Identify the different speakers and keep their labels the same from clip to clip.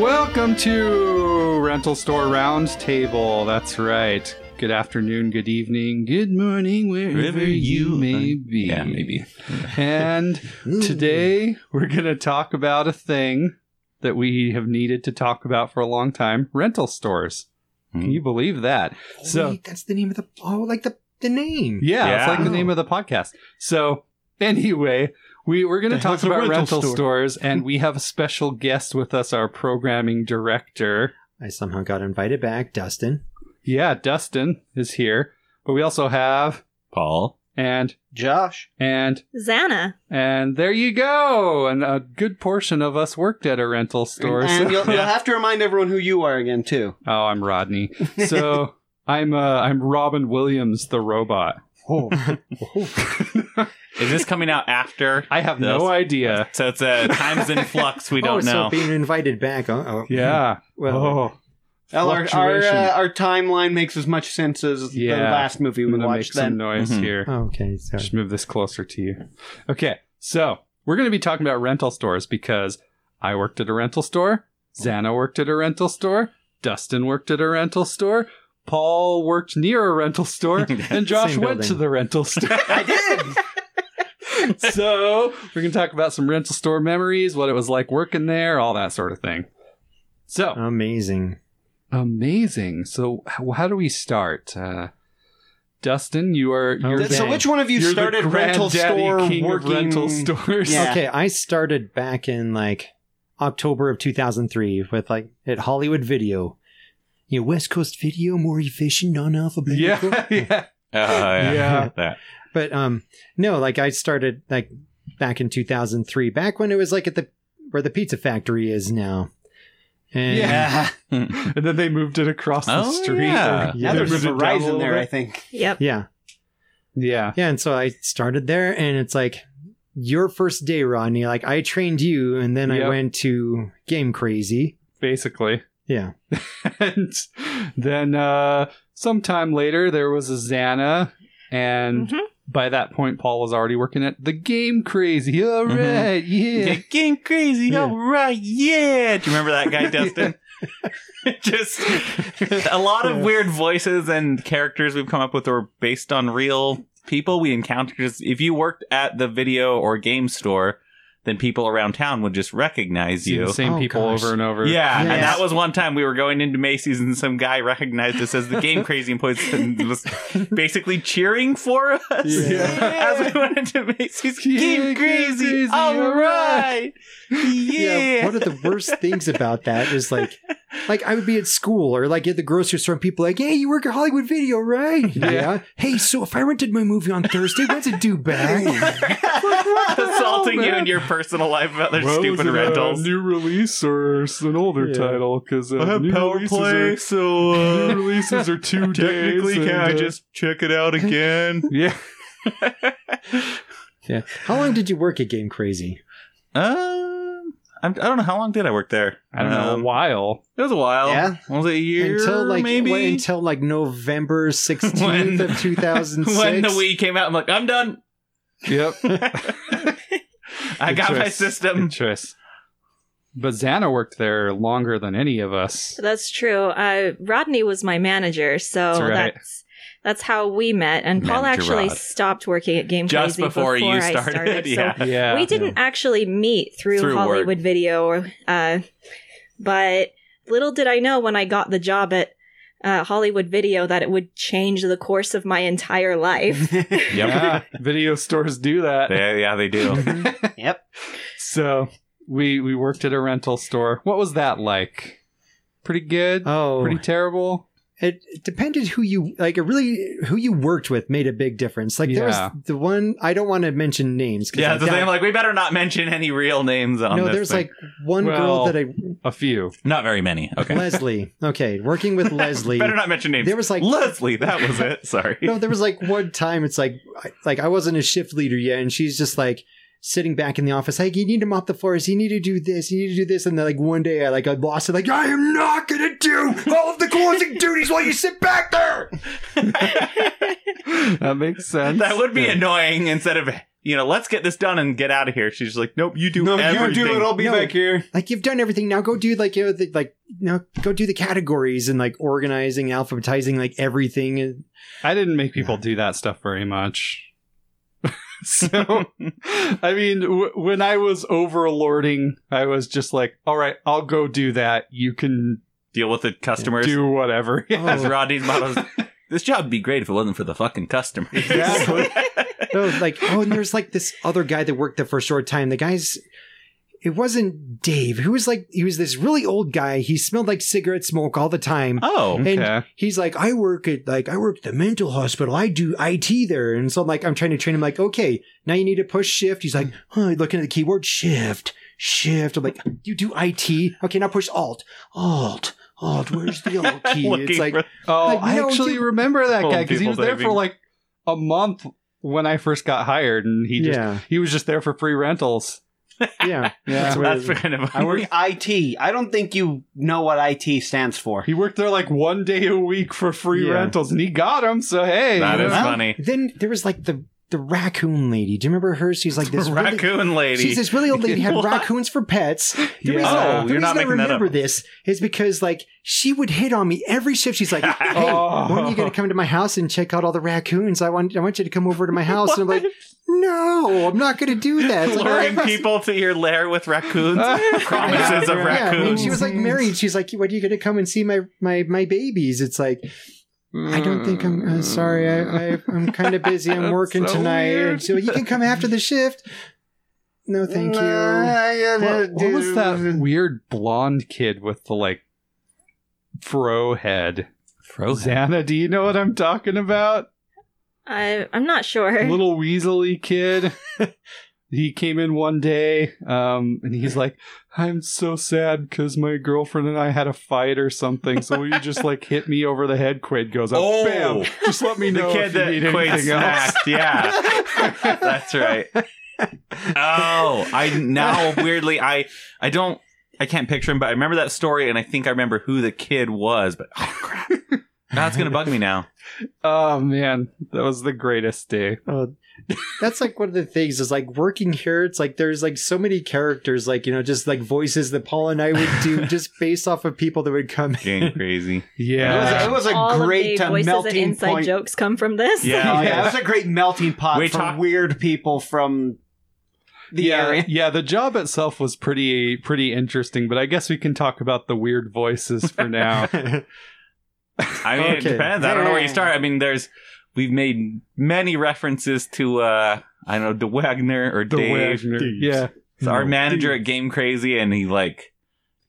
Speaker 1: Welcome to Rental Store Roundtable. That's right. Good afternoon, good evening, good morning, wherever,
Speaker 2: Wherever
Speaker 1: you
Speaker 2: you
Speaker 1: may
Speaker 2: are.
Speaker 1: be.
Speaker 2: Yeah, maybe.
Speaker 1: and today we're going to talk about a thing that we have needed to talk about for a long time rental stores. Can
Speaker 2: Hmm.
Speaker 1: you believe that? So-
Speaker 3: Wait, that's the name of the oh, like the the name.
Speaker 1: Yeah, it's
Speaker 2: Yeah.
Speaker 1: like the name of the podcast. So anyway, we we're going to
Speaker 2: The
Speaker 1: talk
Speaker 2: hell's a
Speaker 1: about
Speaker 2: rental
Speaker 1: rental
Speaker 2: store?
Speaker 1: stores, and we have a special guest with us, our programming director.
Speaker 3: I somehow got invited back, Dustin.
Speaker 1: Yeah, Dustin is here, but we also have
Speaker 2: Paul.
Speaker 1: and
Speaker 3: Josh.
Speaker 1: and
Speaker 4: Xana.
Speaker 1: and there you go. And a good portion of us worked at a rental store. so-
Speaker 5: And you'll, you'll have to remind everyone who you are again too.
Speaker 1: oh, I'm Rodney. So I'm uh, I'm Robin Williams, the robot.
Speaker 3: Oh,
Speaker 2: Is this coming out after?
Speaker 1: I have no
Speaker 2: Yes.
Speaker 1: idea.
Speaker 2: So it's a times in flux. We don't
Speaker 3: Oh, so
Speaker 2: know.
Speaker 3: being invited back. Oh, oh.
Speaker 1: Yeah.
Speaker 3: Well,
Speaker 1: oh.
Speaker 5: Well, our our,
Speaker 1: Fluctuation.
Speaker 5: uh, our timeline makes as much sense as the
Speaker 1: Yeah.
Speaker 5: last movie
Speaker 1: I'm
Speaker 5: we
Speaker 1: gonna make
Speaker 5: watched.
Speaker 1: some
Speaker 5: Then
Speaker 1: noise
Speaker 2: Mhm.
Speaker 1: here.
Speaker 3: oh, okay. So
Speaker 1: Just move this closer to you. Okay, so we're going to be talking about rental stores because I worked at a rental store, Xana worked at a rental store, Dustin worked at a rental store, Paul worked near a rental store, and Josh
Speaker 3: Same
Speaker 1: went to
Speaker 3: building.
Speaker 1: the rental store.
Speaker 5: I did.
Speaker 1: so we're going to talk about some rental store memories, what it was like working there, all that sort of thing. So
Speaker 3: Uh. amazing.
Speaker 1: amazing. So how, how do we start? Uh, Dustin, you are you're
Speaker 3: Okay.
Speaker 5: So which one of you
Speaker 1: You're the
Speaker 5: started rental
Speaker 1: granddaddy
Speaker 5: store
Speaker 1: king
Speaker 5: working?
Speaker 1: of rental stores.
Speaker 5: Yeah.
Speaker 3: Okay, I started back in like October of 2003 with like at Hollywood Video. You know, West Coast Video, more efficient, non-alphabetical.
Speaker 1: Yeah, yeah.
Speaker 2: Oh, yeah.
Speaker 1: Yeah.
Speaker 2: That.
Speaker 3: But um, no, like I started like back in 2003, back when it was like at the where the pizza factory is now. And
Speaker 1: Yeah. and then they moved it across the
Speaker 2: Oh,
Speaker 1: street.
Speaker 2: yeah.
Speaker 5: Now
Speaker 1: they
Speaker 5: there's
Speaker 1: moved it down a
Speaker 5: Verizon
Speaker 1: little
Speaker 5: there, I
Speaker 1: bit.
Speaker 5: think.
Speaker 4: Yep.
Speaker 3: Yeah.
Speaker 1: Yeah.
Speaker 3: Yeah. And so I started there and it's like your first day, Rodney. Like I trained you and then
Speaker 1: Yep.
Speaker 3: I went to Game Crazy.
Speaker 1: Basically.
Speaker 3: Yeah.
Speaker 1: and then uh sometime later there was a Xana and
Speaker 4: Mhm.
Speaker 1: by that point Paul was already working at the game crazy. All
Speaker 2: Mhm.
Speaker 1: right, yeah.
Speaker 2: Game crazy.
Speaker 3: Yeah.
Speaker 2: All right. Yeah. Do you remember that guy, Dustin? Just a lot of weird voices and characters we've come up with are based on real people we encountered. Just- If you worked at the video or game store, then people around town would just recognize
Speaker 1: See
Speaker 2: you.
Speaker 1: the same
Speaker 3: Oh,
Speaker 1: people
Speaker 3: gosh.
Speaker 1: over and over.
Speaker 2: Yeah,
Speaker 3: Yes.
Speaker 2: and that was one time we were going into Macy's and some guy recognized us as the game crazy employees and was basically cheering for us
Speaker 1: Yeah.
Speaker 2: as we went into Macy's.
Speaker 1: Yeah,
Speaker 2: Game
Speaker 1: Game
Speaker 2: crazy,
Speaker 1: Crazy,
Speaker 2: all
Speaker 1: all right.
Speaker 2: right, yeah.
Speaker 3: One of the worst things about that is like like I would be at school or like at the grocery store and people like, Hey, you work at Hollywood Video, right?
Speaker 1: Yeah.
Speaker 3: Hey, so if I rented my movie on Thursday, that's a do back.
Speaker 2: Assaulting you in
Speaker 1: man?
Speaker 2: your personal life about their
Speaker 1: Well, is
Speaker 2: stupid
Speaker 1: it a
Speaker 2: rentals.
Speaker 1: new release or s- an older
Speaker 3: Yeah.
Speaker 1: title? Because uh, new releases are-
Speaker 2: so uh,
Speaker 1: new releases are two days. and, uh,
Speaker 2: check it out again?
Speaker 1: yeah?
Speaker 3: yeah. How long did you work at Game Crazy?
Speaker 2: um, I'm, I don't know how long did I work there.
Speaker 1: I don't know. A
Speaker 2: Um,
Speaker 1: while.
Speaker 2: It was a while.
Speaker 5: Yeah.
Speaker 2: was it a year?
Speaker 3: until like
Speaker 2: maybe
Speaker 3: wait, until like November sixteenth
Speaker 2: When-
Speaker 3: of two thousand six.
Speaker 2: when the Wii came out. I'm like, I'm done.
Speaker 1: Yep.
Speaker 2: I
Speaker 1: Good
Speaker 2: got my
Speaker 1: choice.
Speaker 2: system.
Speaker 1: Good choice. But Xana worked there longer than any of us.
Speaker 4: That's true. Uh, Rodney was my manager, so
Speaker 1: That's
Speaker 4: that's,
Speaker 1: right.
Speaker 4: that's how we met. And Paul
Speaker 2: Manager
Speaker 4: actually
Speaker 2: Rod.
Speaker 4: stopped working at Game
Speaker 2: Just
Speaker 4: Crazy
Speaker 2: before, you
Speaker 4: I
Speaker 2: started,
Speaker 4: so
Speaker 2: yeah.
Speaker 1: Yeah.
Speaker 4: we didn't actually meet through,
Speaker 2: Through work.
Speaker 4: Hollywood Video, or uh, but little did I know when I got the job at uh, Hollywood Video that it would change the course of my entire life.
Speaker 1: Yeah, video stores do that.
Speaker 2: They- yeah, they do.
Speaker 5: Yep.
Speaker 1: So we we worked at a rental store. What was that like? Pretty good.
Speaker 3: Oh,
Speaker 1: Pretty terrible.
Speaker 3: it it depended who you like. It really who you worked with made a big difference. Like there
Speaker 1: Yeah.
Speaker 3: was the one I don't want to mention names. 'cause
Speaker 2: yeah,
Speaker 3: I
Speaker 2: so
Speaker 3: doubt-
Speaker 2: I'm like, we better not mention any real names on
Speaker 3: no,
Speaker 2: this.
Speaker 3: there's
Speaker 2: thing.
Speaker 3: like one
Speaker 1: Well,
Speaker 3: girl that I
Speaker 1: A few.
Speaker 2: not very many. Okay,
Speaker 3: Leslie. Okay, working with Leslie.
Speaker 2: better not mention names.
Speaker 3: There was like
Speaker 2: Leslie, that was it. Sorry.
Speaker 3: no, there was like one time it's like I- like I wasn't a shift leader yet, and she's just like sitting back in the office, like you need to mop the floors, you need to do this, you need to do this, and then like one day I like I lost it, like I am not gonna do all of the closing duties while you sit back there.
Speaker 1: that makes sense.
Speaker 2: that would be annoying instead of you know, let's get this done and get out of here. She's like, nope, you do
Speaker 5: No, you
Speaker 2: everything.
Speaker 5: do it. I'll be
Speaker 3: No.
Speaker 5: back here.
Speaker 3: Like you've done everything. Now go do like you know the, like now go do the categories and like organizing, alphabetizing, like everything. And
Speaker 1: I didn't make people do that stuff very much. so, I mean, w- when I was overlording, I was just like, all right, I'll go do that. You can
Speaker 2: Deal with the customers.
Speaker 1: do whatever.
Speaker 3: Oh,
Speaker 2: As Rodney models, this job would be great if it wasn't for the fucking customers.
Speaker 1: Exactly.
Speaker 3: no, like oh, and there's like this other guy that worked there for a short time. The guy's it wasn't Dave. Who was like he was this really old guy. He smelled like cigarette smoke all the time.
Speaker 2: oh,
Speaker 3: And
Speaker 1: Okay.
Speaker 3: he's like, I work at like I work at the mental hospital. I do IT there, and so I'm like, I'm trying to train him. Like, okay, now you need to push shift. He's like, huh, looking at the keyboard shift, shift. I'm like, you do IT? Okay, now push alt, alt, alt. Where's the alt key?
Speaker 2: Looking
Speaker 3: it's like,
Speaker 2: for-
Speaker 1: Oh,
Speaker 3: Like,
Speaker 1: I
Speaker 3: no,
Speaker 1: actually
Speaker 3: you-
Speaker 1: remember that
Speaker 2: Old
Speaker 1: guy because he
Speaker 2: people
Speaker 1: was there for
Speaker 2: diving.
Speaker 1: like a month when I first got hired, and he just
Speaker 3: yeah,
Speaker 1: he was just there for free rentals.
Speaker 3: yeah,
Speaker 5: Yeah.
Speaker 2: that's fair enough.
Speaker 5: I work IT. I don't think you know what IT stands for.
Speaker 1: He worked there like one day a week for free
Speaker 3: Yeah.
Speaker 1: rentals, and he got them. So hey,
Speaker 2: That
Speaker 1: you
Speaker 2: is
Speaker 1: know.
Speaker 2: funny.
Speaker 3: Then there was like the the raccoon lady. Do you remember her? She's like this really-
Speaker 2: raccoon lady.
Speaker 3: She's this really old lady had
Speaker 2: What?
Speaker 3: raccoons for pets. The
Speaker 1: Yeah.
Speaker 3: reason,
Speaker 1: Oh,
Speaker 3: the
Speaker 2: you're not
Speaker 3: reason I
Speaker 2: making that up.
Speaker 3: remember this is because like she would hit on me every shift. She's like, "Hey,
Speaker 1: Oh.
Speaker 3: when are you going to come to my house and check out all the raccoons? I want I want you to come over to my house." And I'm like, "No, I'm not going to do that." It's like,
Speaker 2: luring
Speaker 3: "Oh,
Speaker 2: people to your lair with raccoons. promises of
Speaker 3: yeah, yeah. I mean,
Speaker 2: raccoons.
Speaker 3: she was like married. She's like, "When are you going to come and see my my my babies?" It's like, I don't think I'm uh, sorry. I, I I'm kind of busy. I'm
Speaker 1: That's
Speaker 3: working
Speaker 1: so
Speaker 3: tonight,
Speaker 1: weird.
Speaker 3: so you can come after the shift. No, thank you.
Speaker 1: What, what was that weird blonde kid with the like fro head? Xana, do you know what I'm talking about?
Speaker 4: I, I'm not sure.
Speaker 1: Little weaselly kid. he came in one day, um, and he's like, "I'm so sad because my girlfriend and I had a fight or something. So will you just like hit me over the head?" Quaid goes up,
Speaker 2: Oh.
Speaker 1: bam. Just let me
Speaker 2: The
Speaker 1: know if
Speaker 2: kid
Speaker 1: you
Speaker 2: that
Speaker 1: need
Speaker 2: Quaid
Speaker 1: anything else.
Speaker 2: smacked. Yeah, that's right. Oh, I now weirdly I I don't I can't picture him, but I remember that story, and I think I remember who the kid was. But oh crap, that's gonna bug me now.
Speaker 1: Oh man, that was the greatest day.
Speaker 3: Oh, that's like one of the things is like working here. It's like there's like so many characters, like you know, just like voices that Paul and I would do just based off of people that would come.
Speaker 2: Getting crazy.
Speaker 5: It
Speaker 1: Yeah,
Speaker 5: was, it was
Speaker 4: All
Speaker 5: a
Speaker 4: of
Speaker 5: great
Speaker 4: the
Speaker 5: uh,
Speaker 4: voices and
Speaker 5: melting
Speaker 4: inside
Speaker 5: point.
Speaker 4: jokes come from this.
Speaker 2: Yeah.
Speaker 5: Oh, yeah, it was a great melting pot
Speaker 2: We
Speaker 5: for
Speaker 2: talk-
Speaker 5: weird people from the
Speaker 1: yeah,
Speaker 5: area.
Speaker 1: yeah. The job itself was pretty pretty interesting, but I guess we can talk about the weird voices for now.
Speaker 2: I mean,
Speaker 3: Okay.
Speaker 2: it depends. I don't know where you start. I mean, there's we've made many references to uh I don't know, De Wagner or
Speaker 1: the
Speaker 2: Dave.
Speaker 1: Wagner, yeah.
Speaker 2: So our manager at Game Crazy, and he like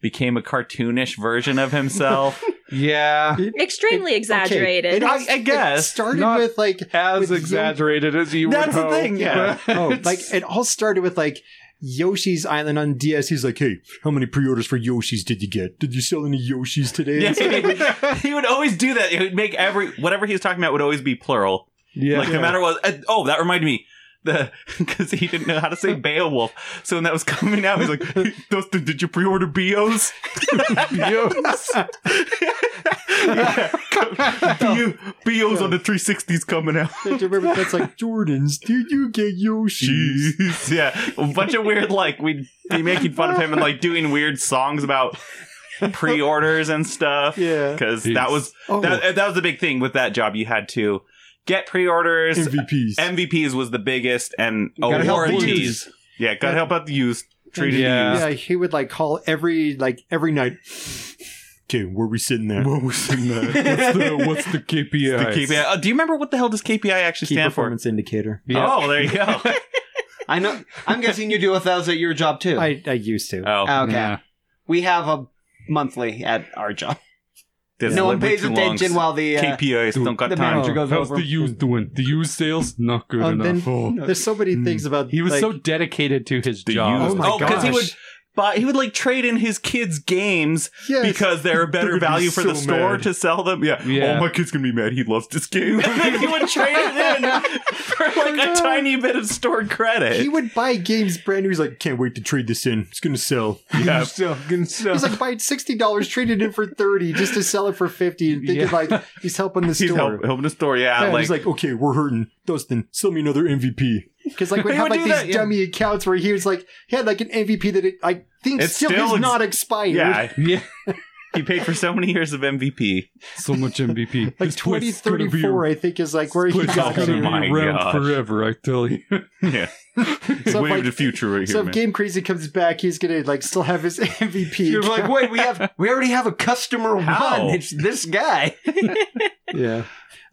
Speaker 2: became a cartoonish version of himself.
Speaker 1: Yeah,
Speaker 4: Extremely exaggerated.
Speaker 2: I- I guess.
Speaker 3: it started
Speaker 1: Not-
Speaker 3: with like
Speaker 1: as
Speaker 3: With Yo-
Speaker 1: exaggerated as you would
Speaker 2: That's the
Speaker 1: hope,
Speaker 2: thing, yeah.
Speaker 1: but-
Speaker 3: oh, like it all started with like Yoshi's Island on DS. He's like, hey, how many pre-orders for Yoshi's did you get? Did you sell any Yoshi's today?
Speaker 2: Yeah,
Speaker 3: It's like,
Speaker 2: he, would, he would always do that. He would make every whatever he was talking about would always be plural.
Speaker 1: yeah,
Speaker 2: like no matter what. uh, oh, that reminded me. The because he didn't know how to say Beowulf, so when that was coming out, he's like, "Dustin, did you pre-order Bios?
Speaker 1: Bios.
Speaker 2: yeah, Bio- Bios on the 360s coming out."
Speaker 3: Do you remember that's like Jordan's? Did you get Yoshi's?
Speaker 2: Jeez. Yeah. A bunch of weird, like, we'd be making fun of him and, like, doing weird songs about pre orders and stuff.
Speaker 3: Yeah.
Speaker 2: Because
Speaker 1: Jeez.
Speaker 2: that was
Speaker 3: Oh,
Speaker 2: that, that was the big thing with that job. You had to get pre orders.
Speaker 3: MVPs.
Speaker 2: MVPs was the biggest, and
Speaker 5: gotta
Speaker 2: oh,
Speaker 5: help the
Speaker 2: warranties. Yeah, gotta help out the youth. Treated
Speaker 1: Yeah.
Speaker 2: yeah.
Speaker 3: yeah, he would like call every like every night. Okay, where we sitting there?
Speaker 1: what was in that? What's the, what's the KPI?
Speaker 2: the youth. KPI. Oh, do you remember what the hell does KPI actually
Speaker 3: Key
Speaker 2: stand for?
Speaker 3: performance indicator.
Speaker 1: Yeah.
Speaker 2: Oh, there you go.
Speaker 5: I know. I'm guessing you do with those at your job too.
Speaker 3: I, I used to.
Speaker 2: Oh,
Speaker 5: okay.
Speaker 1: Yeah.
Speaker 5: We have a monthly at our job.
Speaker 2: this
Speaker 5: no one
Speaker 2: went way
Speaker 5: pays
Speaker 2: too long.
Speaker 5: attention while the uh,
Speaker 2: KPIs don't got
Speaker 5: the
Speaker 2: time.
Speaker 5: manager goes
Speaker 1: How's
Speaker 5: over.
Speaker 1: the use doing? The use sales not good
Speaker 3: Oh,
Speaker 1: enough.
Speaker 3: then-
Speaker 1: oh.
Speaker 3: There's so many things about.
Speaker 1: He was
Speaker 3: like,
Speaker 1: so dedicated to his
Speaker 2: The
Speaker 1: job.
Speaker 2: used-
Speaker 3: Oh my
Speaker 2: oh, because he
Speaker 3: gosh.
Speaker 2: would buy, he would like trade in his kids' games
Speaker 3: Yes.
Speaker 2: because they're a better
Speaker 3: They're gonna be
Speaker 2: value for the
Speaker 3: so
Speaker 2: store
Speaker 3: mad.
Speaker 2: to sell them. Yeah.
Speaker 1: Yeah.
Speaker 2: Oh, my kid's gonna be mad. He loves this game. and then he would trade it in for like a tiny bit of store credit.
Speaker 3: he would buy games brand new. He's like, can't wait to trade this in. It's gonna sell.
Speaker 2: yeah.
Speaker 3: He's like buying sixty dollars, traded in for thirty, just to sell it for fifty, and thinking
Speaker 1: Yeah.
Speaker 3: like he's helping the
Speaker 2: He's
Speaker 3: store.
Speaker 2: help, helping the store. Yeah.
Speaker 3: Yeah,
Speaker 2: like,
Speaker 3: he's like, okay, we're hurting. Dustin, sell me another MVP. Because like we
Speaker 2: They
Speaker 3: have
Speaker 2: would
Speaker 3: like
Speaker 2: do
Speaker 3: these
Speaker 2: that, yeah.
Speaker 3: dummy accounts where he was like he had like an MVP that it, I think
Speaker 2: It's
Speaker 3: still,
Speaker 2: still
Speaker 3: has
Speaker 2: ex-
Speaker 3: not expired.
Speaker 2: Yeah,
Speaker 1: Yeah,
Speaker 2: he paid for so many years of MVP.
Speaker 1: so much MVP.
Speaker 3: Like
Speaker 1: This place
Speaker 3: twenty
Speaker 1: is gonna be-
Speaker 3: thirty four, I think, is like where he
Speaker 1: this place
Speaker 3: got
Speaker 1: is
Speaker 2: Oh
Speaker 1: gonna
Speaker 3: to.
Speaker 2: my
Speaker 1: be around
Speaker 2: gosh.
Speaker 1: forever. I tell you.
Speaker 2: Yeah,
Speaker 3: So,
Speaker 2: way
Speaker 3: like-
Speaker 2: to the future right
Speaker 3: So
Speaker 2: here,
Speaker 3: if
Speaker 2: man.
Speaker 3: Game Crazy comes back, he's gonna like still have his MVP.
Speaker 5: You're
Speaker 3: account.
Speaker 5: like, wait, we have we already have a customer
Speaker 2: How?
Speaker 5: one. It's this guy.
Speaker 3: yeah.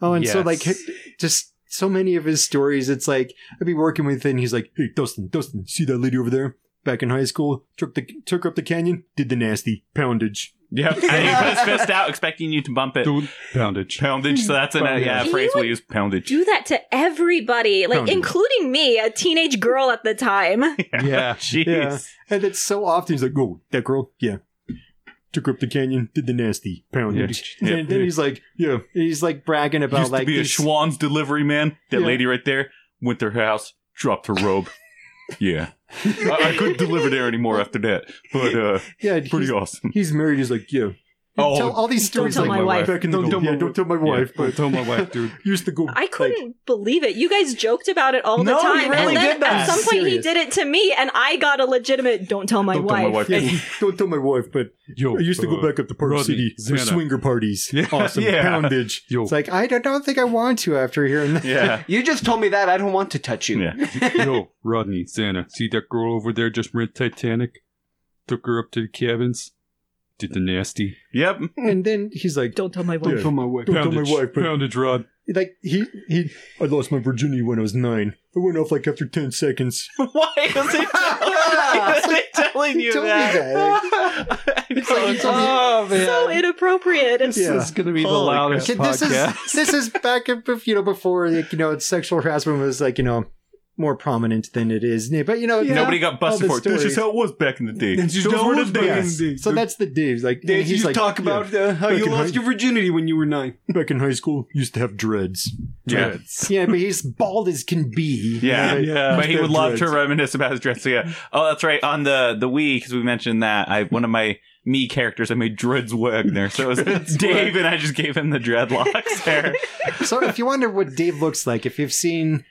Speaker 3: Oh, and so
Speaker 1: Yes.
Speaker 3: like just so many of his stories, it's like I'd be working with him. He's like, "Hey, Dustin, Dustin, see that lady over there? Back in high school, took the took her up the canyon, did the nasty poundage.
Speaker 2: Yep. And he put his fist out, expecting you to bump it.
Speaker 1: Dude, poundage.
Speaker 2: Poundage. So that's an, uh, yeah,
Speaker 4: He
Speaker 2: phrase
Speaker 4: would
Speaker 2: we use. Poundage.
Speaker 4: Do that to everybody, like
Speaker 3: Don't do
Speaker 4: including me, a teenage girl at the time.
Speaker 1: Yeah.
Speaker 2: Jeez.
Speaker 3: Yeah. And that's so often he's like, "Oh, that girl, yeah." Took her up the canyon, did the nasty poundage.
Speaker 2: Yeah.
Speaker 3: And then he's like, yeah. And he's like bragging about
Speaker 2: Used
Speaker 3: like
Speaker 2: to be
Speaker 3: these-
Speaker 2: a Schwann's delivery man. That
Speaker 3: Yeah.
Speaker 2: lady right there went to her house, dropped her robe. yeah. I, I couldn't deliver there anymore after that, but uh,
Speaker 3: yeah,
Speaker 2: pretty
Speaker 3: he's,
Speaker 2: awesome.
Speaker 3: he's married. He's like, yeah.
Speaker 2: Oh,
Speaker 3: tell all these
Speaker 4: don't
Speaker 3: stories
Speaker 4: tell
Speaker 3: like
Speaker 4: my wife.
Speaker 3: back in the
Speaker 1: Don't
Speaker 3: don't,
Speaker 1: tell my
Speaker 3: yeah, don't tell my wife,
Speaker 1: Yeah,
Speaker 3: but
Speaker 1: tell my wife, dude.
Speaker 3: used to go.
Speaker 4: I
Speaker 3: like-
Speaker 4: couldn't believe it. You guys joked about it all the
Speaker 2: No, he
Speaker 4: time.
Speaker 2: really
Speaker 4: and then
Speaker 2: did that.
Speaker 4: at some point
Speaker 3: Serious.
Speaker 4: he did it to me and I got a legitimate don't tell my
Speaker 2: Don't tell
Speaker 4: wife.
Speaker 2: my wife.
Speaker 3: Yeah, don't tell my wife, but
Speaker 1: Yo,
Speaker 3: I used to go
Speaker 1: uh,
Speaker 3: back up to Park
Speaker 1: Rodney,
Speaker 3: City for
Speaker 1: Xana.
Speaker 3: swinger parties.
Speaker 1: Yeah.
Speaker 3: Awesome
Speaker 2: Yeah.
Speaker 3: poundage.
Speaker 1: Yo,
Speaker 3: It's like I don't, don't think I want to after hearing that.
Speaker 2: yeah.
Speaker 5: You just told me that. I don't want to touch you.
Speaker 2: Yeah.
Speaker 1: yo, Rodney, Santa, see that girl over there just rent Titanic? Took her up to the cabins, did the nasty.
Speaker 2: Yep.
Speaker 3: And then he's like,
Speaker 4: Don't tell my wife.
Speaker 3: Don't tell
Speaker 5: my wife.
Speaker 3: Don't tell my wife, but-
Speaker 1: poundage, Rod.
Speaker 3: like he he. I lost my virginity when I was nine. I went off like after ten seconds.
Speaker 2: Why is he, why is he telling
Speaker 3: He
Speaker 2: you
Speaker 3: told me
Speaker 2: that?
Speaker 5: Oh man.
Speaker 4: so inappropriate. It's
Speaker 3: Yeah.
Speaker 1: This is gonna be the
Speaker 2: Holy
Speaker 1: loudest
Speaker 3: Okay, this
Speaker 1: podcast.
Speaker 3: is this is back up you know before like, you know sexual harassment was like you know more prominent than it is now, but you know
Speaker 2: Nobody got busted
Speaker 3: All
Speaker 2: for
Speaker 3: the
Speaker 2: it. This is
Speaker 3: stories.
Speaker 2: how it was back in the day.
Speaker 1: This is
Speaker 2: Those
Speaker 1: how it
Speaker 2: were the
Speaker 1: was back
Speaker 2: days.
Speaker 3: in so that's the dude like and
Speaker 5: Did
Speaker 3: he's
Speaker 5: you
Speaker 3: like
Speaker 5: talk about uh, how
Speaker 3: Back
Speaker 5: you
Speaker 3: in
Speaker 5: lost
Speaker 3: high-
Speaker 5: your virginity when you were nine?
Speaker 3: yeah, back in high school used to have dreads
Speaker 2: Yeah.
Speaker 3: yeah but he's bald as can be
Speaker 2: Yeah.
Speaker 3: Like,
Speaker 1: Yeah.
Speaker 2: but he would love to
Speaker 3: Dreads.
Speaker 2: reminisce about his dress. So yeah. Oh, that's right. On the the Wii, because we mentioned that I one of my me characters, I made Dreads Wagner. So it was Dave, and I just gave him the dreadlocks there.
Speaker 3: so if you wonder what Dave looks like, if you've seen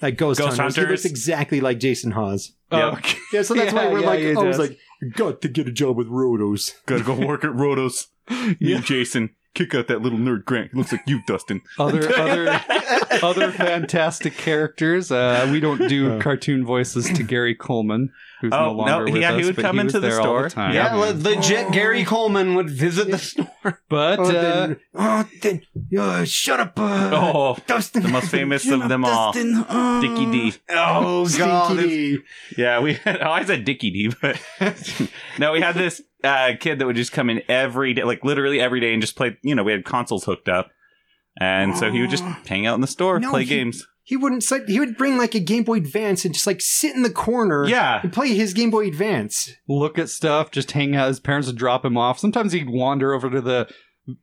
Speaker 3: like Ghost,
Speaker 2: Ghost
Speaker 3: Hunters, he
Speaker 2: Hunters.
Speaker 3: looks exactly like Jason Hawes.
Speaker 2: Yep.
Speaker 1: okay.
Speaker 3: Yeah, so that's
Speaker 5: Yeah,
Speaker 3: why we're
Speaker 5: yeah, he
Speaker 3: like, I was
Speaker 5: does.
Speaker 3: like, got to get a job with Rotos.
Speaker 2: Gotta go work at Rotos. Me, Jason. Kick out that little nerd Grant. Looks like you, Dustin.
Speaker 1: Other other other fantastic characters. Uh, we don't do
Speaker 3: Uh.
Speaker 1: cartoon voices to Gary Coleman, who's no
Speaker 2: Oh,
Speaker 1: longer
Speaker 2: no,
Speaker 1: with
Speaker 2: yeah,
Speaker 1: us.
Speaker 2: he would
Speaker 1: but
Speaker 2: come
Speaker 1: he was
Speaker 2: into the
Speaker 1: there all
Speaker 2: store.
Speaker 1: the time.
Speaker 2: Yeah.
Speaker 5: Yeah, le- legit. Gary Coleman would visit the store.
Speaker 1: But
Speaker 3: oh,
Speaker 1: uh,
Speaker 3: then,
Speaker 5: Oh, then, uh, shut up, uh,
Speaker 2: Oh,
Speaker 5: Dustin.
Speaker 2: the most famous
Speaker 5: Shut
Speaker 2: of
Speaker 5: up,
Speaker 2: them all.
Speaker 5: Dustin. Oh.
Speaker 2: Dickie D.
Speaker 5: Oh God,
Speaker 3: uh, Stinky
Speaker 5: it's-
Speaker 3: D.
Speaker 2: Yeah, we had, oh, I said Dickie D, but no, we had this uh, kid that would just come in every day, like literally every day, and just play. You know, we had consoles hooked up, and so he would just hang out in the store,
Speaker 3: No,
Speaker 2: play
Speaker 3: he-
Speaker 2: games.
Speaker 3: he wouldn't. sit- He would bring like a Game Boy Advance and just like sit in the corner.
Speaker 2: Yeah,
Speaker 3: And play his Game Boy Advance.
Speaker 1: look at stuff, just hang out. His parents would drop him off. Sometimes he'd wander over to the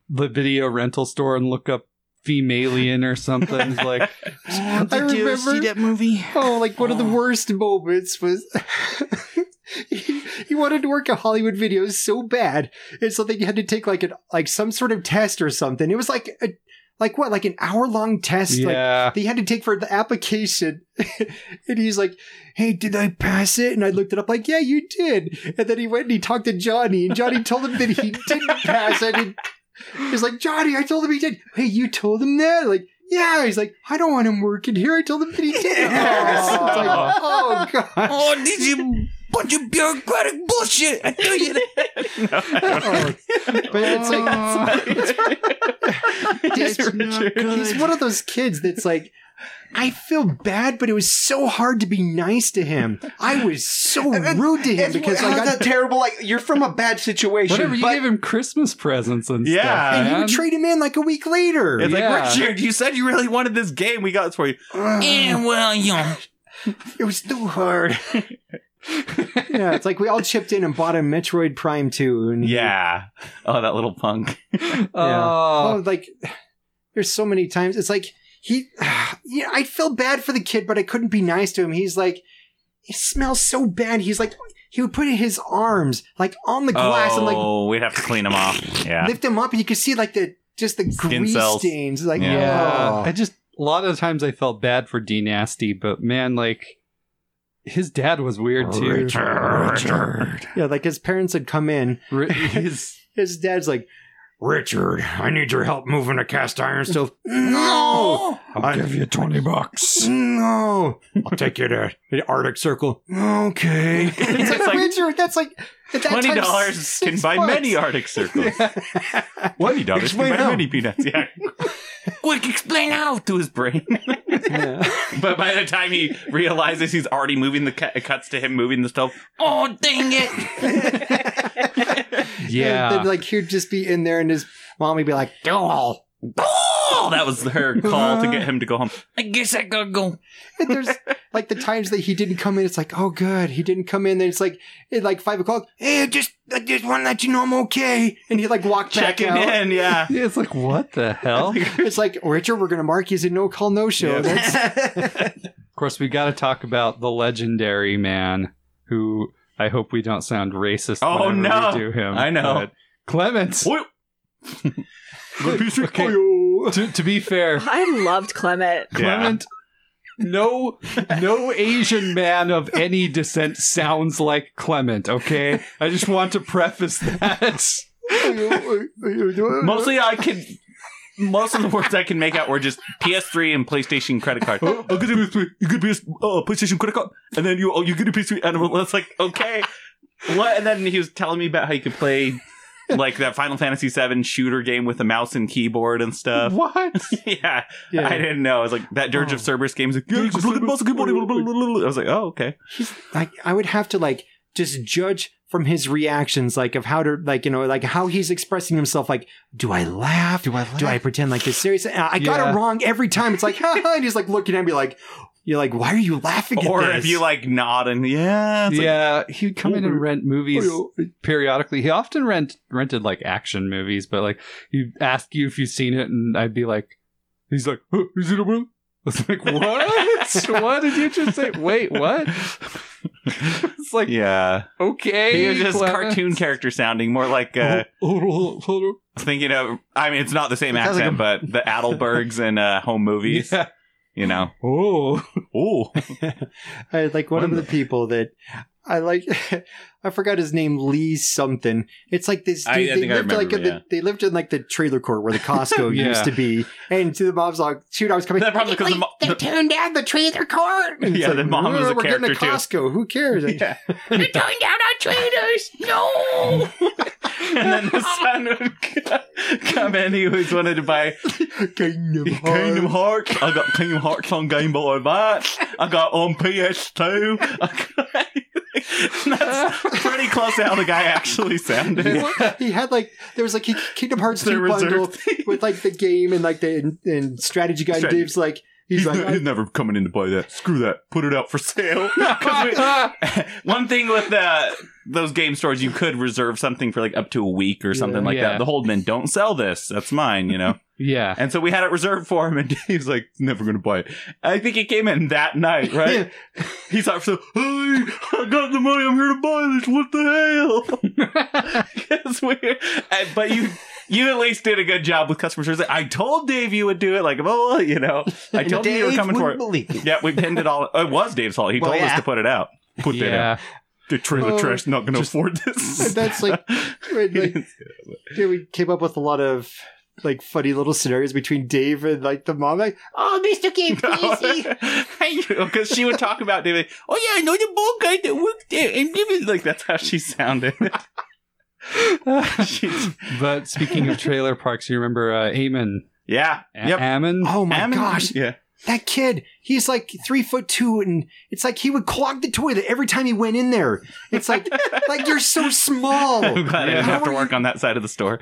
Speaker 1: the video rental store and look up Femalien or something. He's like,
Speaker 3: I remember that movie. Oh, like one of the worst moments was he, he wanted to work at Hollywood Videos so bad, and so they had to take like an like some sort of test or something. It was like a like what like an hour long test. Like,
Speaker 1: yeah,
Speaker 3: that he had to take for the application. and he's like, Hey, did I pass it? And I looked it up, like, Yeah, you did. And then he went and he talked to Johnny, and Johnny told him that he didn't pass it. And he's like, Johnny, I told him he did. Hey, you told him that? Like, yeah. He's like, I don't want him working here. I told him that he did. pass." It's like, oh, God.
Speaker 5: Oh, did you bunch of bureaucratic bullshit? I tell you that.
Speaker 3: Oh. But it's like, he's, he's one of those kids that's like, I feel bad, but it was so hard to be nice to him. I was so rude to him
Speaker 5: It's
Speaker 3: because
Speaker 5: how's
Speaker 3: like, I
Speaker 5: that terrible. Like you're from a bad situation.
Speaker 1: whatever. You
Speaker 5: but
Speaker 1: gave him Christmas presents and
Speaker 2: Yeah.
Speaker 1: stuff.
Speaker 3: and he
Speaker 1: man.
Speaker 3: would trade him in like a week later.
Speaker 2: It's
Speaker 1: Yeah.
Speaker 2: like Richard, you said you really wanted this game. We got this for you.
Speaker 3: Ugh,
Speaker 2: well, you know.
Speaker 3: it was too hard. yeah, it's like we all chipped in and bought a Metroid Prime 2. And he-
Speaker 2: Yeah. Oh, that little punk. Uh,
Speaker 3: oh,
Speaker 1: Oh,
Speaker 3: like there's so many times it's like he, you know, I feel bad for the kid, but I couldn't be nice to him. He's like, he smells so bad. He's like, he would put his arms like on the glass and like
Speaker 2: oh, we'd have to clean him off. Yeah.
Speaker 3: lift him up, and you could see like the just the grease
Speaker 2: cells.
Speaker 3: stains. Like,
Speaker 1: yeah.
Speaker 2: Yeah.
Speaker 3: yeah. Oh.
Speaker 1: I just a lot of times I felt bad for D Nasty, but man, like his dad was weird too.
Speaker 3: Richard. oh. Yeah, like his parents had come in.
Speaker 1: Ri- His
Speaker 3: His dad's like, Richard, I need your help moving a cast iron stove.
Speaker 1: I'll
Speaker 3: I-
Speaker 1: give you twenty bucks.
Speaker 3: No, I'll take you to the Arctic Circle. Okay, it's like,
Speaker 2: It's like-
Speaker 3: Richard. That's like at that
Speaker 2: Twenty
Speaker 3: time,
Speaker 2: dollars can
Speaker 3: six
Speaker 2: buy
Speaker 3: bucks.
Speaker 2: many Arctic circles. Twenty dollars can
Speaker 3: Explain
Speaker 2: buy
Speaker 3: how.
Speaker 2: many peanuts. Yeah. Quick, explain how to his brain.
Speaker 3: Yeah.
Speaker 2: But by the time he realizes he's already moving the cut, it cuts to him moving the stove. Oh dang it!
Speaker 1: Yeah,
Speaker 3: Then, like he'd just be in there, and his mom would be like, "Doll."
Speaker 2: oh, that was her call to get him to go home. I guess I gotta go.
Speaker 3: And there's like the times that he didn't come in. It's like, oh, good, he didn't come in. Then it's like, at like five o'clock. Hey, I just I just want to let you know I'm okay. And he like walked
Speaker 2: Check him
Speaker 3: back out.
Speaker 2: in. Yeah.
Speaker 1: Yeah, it's like what the hell? of
Speaker 3: It's like Richard, we're gonna mark you as a no call, no show.
Speaker 2: Yeah.
Speaker 3: That's
Speaker 1: course, we got to talk about the legendary man who I hope we don't sound racist.
Speaker 2: Oh,
Speaker 1: whenever
Speaker 2: no.
Speaker 1: we do him.
Speaker 2: I know.
Speaker 1: but Clements.
Speaker 2: Oil.
Speaker 1: Okay, to, to be fair,
Speaker 4: I loved Clement.
Speaker 1: Clement. No, no Asian man of any descent sounds like Clement. Okay, I just want to preface that.
Speaker 2: Mostly I can. Most of the words I can make out were just PS3 and PlayStation credit card. Oh, I'll get a PS3. You get a PS, uh, PlayStation credit card, and then you oh, you get a PS3. And I was like, okay, what? And then he was telling me about how you could play like that Final Fantasy VII shooter game with a mouse and keyboard and stuff.
Speaker 1: What?
Speaker 2: yeah,
Speaker 3: Yeah.
Speaker 2: I didn't know. I was like that Dirge of
Speaker 3: Oh.
Speaker 2: Cerberus game. Is like,
Speaker 1: Dirge of
Speaker 2: "Yeah, you can play the mouse and keyboard." I was like, oh okay.
Speaker 3: he's like I would have to like just judge from his reactions, like of how to like you know like how he's expressing himself. Like, do I laugh? Do I laugh? do I pretend like it's serious? And I I got
Speaker 1: Yeah.
Speaker 3: it wrong every time. It's like ha ha, and he's like looking at me like you're like why are you laughing? At
Speaker 2: Or
Speaker 3: this?
Speaker 2: if you like nod and yeah, it's like,
Speaker 1: yeah, he'd come in and rent movies
Speaker 3: Oh,
Speaker 1: periodically. He often rent rented like action movies, but like he'd ask you if you've seen it, and I'd be like, he's like, huh, is it a movie? I was like, what? what did you just say? Wait, what? it's like
Speaker 2: yeah.
Speaker 1: okay,
Speaker 2: He was just
Speaker 1: Clement.
Speaker 2: cartoon character sounding, more like uh,
Speaker 1: Hold on, hold on, hold on.
Speaker 2: thinking of. I mean, it's not the same
Speaker 5: It sounds
Speaker 2: accent, but the Adelbergs in uh, home movies.
Speaker 1: Yeah.
Speaker 2: You know.
Speaker 1: Oh,
Speaker 2: Ooh.
Speaker 3: I, like one of the people that I like. I forgot his name, Lee something. It's like this. Dude,
Speaker 2: I- I
Speaker 3: they
Speaker 2: think I
Speaker 3: lived like
Speaker 2: remember,
Speaker 3: in the,
Speaker 2: yeah.
Speaker 3: they lived in like the trailer court where the Costco
Speaker 1: Yeah.
Speaker 3: used to be. And to the mom's like, shoot, I was coming.
Speaker 2: That probably 'cause the mo-
Speaker 3: they
Speaker 2: the-
Speaker 3: turned down the trailer court. And it's
Speaker 2: Yeah, the mom was a
Speaker 3: "We're- we're getting
Speaker 2: character, too."
Speaker 3: Costco. Who cares?
Speaker 2: Yeah. You're throwing down our trainers. No. and then the son would c- come in. He always wanted to buy
Speaker 3: Kingdom
Speaker 2: Kingdom
Speaker 3: Hearts.
Speaker 2: Hearts. I got Kingdom Hearts on Game Boy Advance. I got on PS2. I got- That's pretty close to how the guy actually sounded.
Speaker 3: He had like there was like a Kingdom Hearts
Speaker 2: The
Speaker 3: two bundle
Speaker 2: reserved-
Speaker 3: with like the game and like the and strategy guide.
Speaker 2: Strategy.
Speaker 3: Dave's like he's,
Speaker 2: He's,
Speaker 3: like "Oh,"
Speaker 2: ne- he's never coming in to buy that. Screw that. Put it out for sale. 'Cause we- one thing with uh, those game stores, you could reserve something for like up to a week or something
Speaker 3: Yeah.
Speaker 2: like
Speaker 1: Yeah.
Speaker 2: that. The Holdman, don't sell this. That's mine, you know.
Speaker 1: yeah.
Speaker 2: and so we had it reserved for him, and he was like, "Never going to buy it." I think he came in that night, right? He's like, "So, hey, I got the money. I'm here to buy this. What the hell?" it's weird, Uh, but you. You at least did a good job with customer service. Like, I told Dave you would do it. Like, oh, you know, I told him you were
Speaker 5: Dave
Speaker 2: coming for
Speaker 5: wouldn't
Speaker 2: it.
Speaker 5: Believe it.
Speaker 2: Yeah, we pinned it all. It was Dave's fault. He
Speaker 5: Well,
Speaker 2: told
Speaker 5: yeah.
Speaker 2: us to put it out. Put that out.
Speaker 1: yeah.
Speaker 2: The trailer
Speaker 3: Oh,
Speaker 2: trash not going to
Speaker 1: just-
Speaker 2: afford this.
Speaker 3: That's like- Right,
Speaker 2: He
Speaker 3: like,
Speaker 2: didn't
Speaker 3: Yeah, we came up with a lot of like funny little scenarios between Dave and like the mom. Like,
Speaker 5: Oh, Mr. Game, please.
Speaker 2: because she would talk about David. Oh yeah, I know the bald guy that worked there, and David like that's how she sounded. She's-
Speaker 1: But speaking of trailer parks, you remember uh, Eamon?
Speaker 2: yeah,
Speaker 1: A-
Speaker 2: yep.
Speaker 1: Ammon?
Speaker 3: oh my
Speaker 2: Ammon-
Speaker 3: gosh,
Speaker 2: yeah,
Speaker 3: that kid! He's like three foot two, and it's like he would clog the toilet every time he went in there. It's like, like you're so small.
Speaker 2: I'm glad I didn't
Speaker 3: How
Speaker 2: have to
Speaker 3: are
Speaker 2: work on that side of the store.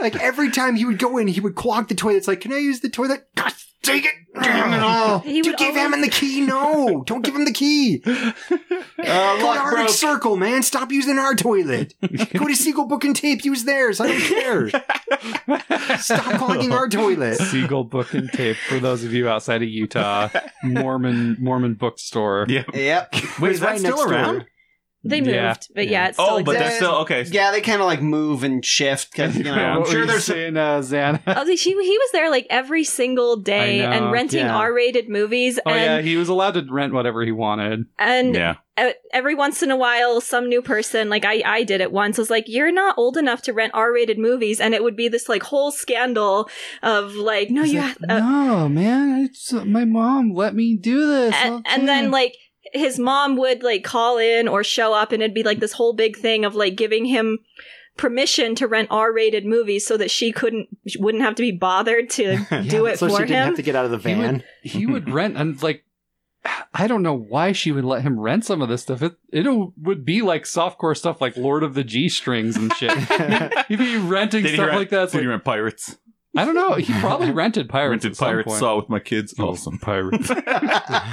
Speaker 3: Like every time he would go in, he would clog the toilet. It's like, can I use the toilet? Gosh, take it! Damn it all!
Speaker 4: He
Speaker 3: Did you
Speaker 4: would
Speaker 3: give him
Speaker 4: always-
Speaker 3: the key? No, don't give him the key.
Speaker 5: Uh,
Speaker 3: Go to
Speaker 5: lock
Speaker 3: Arctic
Speaker 5: broke.
Speaker 3: Circle, man. Stop using our toilet. Go to Seagull Book and Tape. Use theirs. I don't care. Stop clogging our toilet.
Speaker 1: Seagull Book and Tape for those of you outside of Utah, Mormon Mormon bookstore.
Speaker 2: Yep.
Speaker 5: Yep.
Speaker 2: Wait,
Speaker 3: It's right next door.
Speaker 4: They moved,
Speaker 1: Yeah.
Speaker 4: but yeah, it's still
Speaker 2: Oh, but
Speaker 4: exists.
Speaker 2: they're still okay.
Speaker 5: Yeah, they kind of like move and shift because you know.
Speaker 2: Yeah.
Speaker 5: I'm
Speaker 1: What were
Speaker 5: sure
Speaker 1: you
Speaker 5: there's
Speaker 1: saying, uh, Xana?
Speaker 4: Oh, he, he was there like every single day
Speaker 1: I know,
Speaker 4: and renting
Speaker 5: yeah.
Speaker 4: R-rated movies
Speaker 1: Oh yeah,
Speaker 4: and
Speaker 1: he was allowed to rent whatever he wanted.
Speaker 4: and
Speaker 2: Yeah.
Speaker 4: uh, every once in a while some new person like I I did it once was like you're not old enough to rent R-rated movies and it would be this like whole scandal of like no
Speaker 1: He's
Speaker 4: you
Speaker 1: like,
Speaker 4: have, uh,
Speaker 1: no, man, it's, uh, my mom let me do this. all
Speaker 4: and,
Speaker 1: the
Speaker 4: and then
Speaker 1: time."
Speaker 4: like his mom would like call in or show up and it'd be like this whole big thing of like giving him permission to rent r-rated movies so that she couldn't she wouldn't have to be bothered to do it
Speaker 3: so
Speaker 4: for
Speaker 3: she didn't
Speaker 4: him
Speaker 3: have to get out of the
Speaker 1: He would-
Speaker 3: van.
Speaker 1: he would rent and like I don't know why she would let him rent some of this stuff. It it would be like softcore stuff like Lord of the G Strings and shit. He'd be renting
Speaker 2: Did he
Speaker 1: stuff
Speaker 2: rent-
Speaker 1: like that. It's
Speaker 2: Did
Speaker 1: like-
Speaker 2: you rent pirates?
Speaker 1: I don't know. He probably rented pirates.
Speaker 2: rented
Speaker 1: at some
Speaker 2: pirates.
Speaker 1: point. Hmm.
Speaker 2: Saw with my kids. Awesome pirates.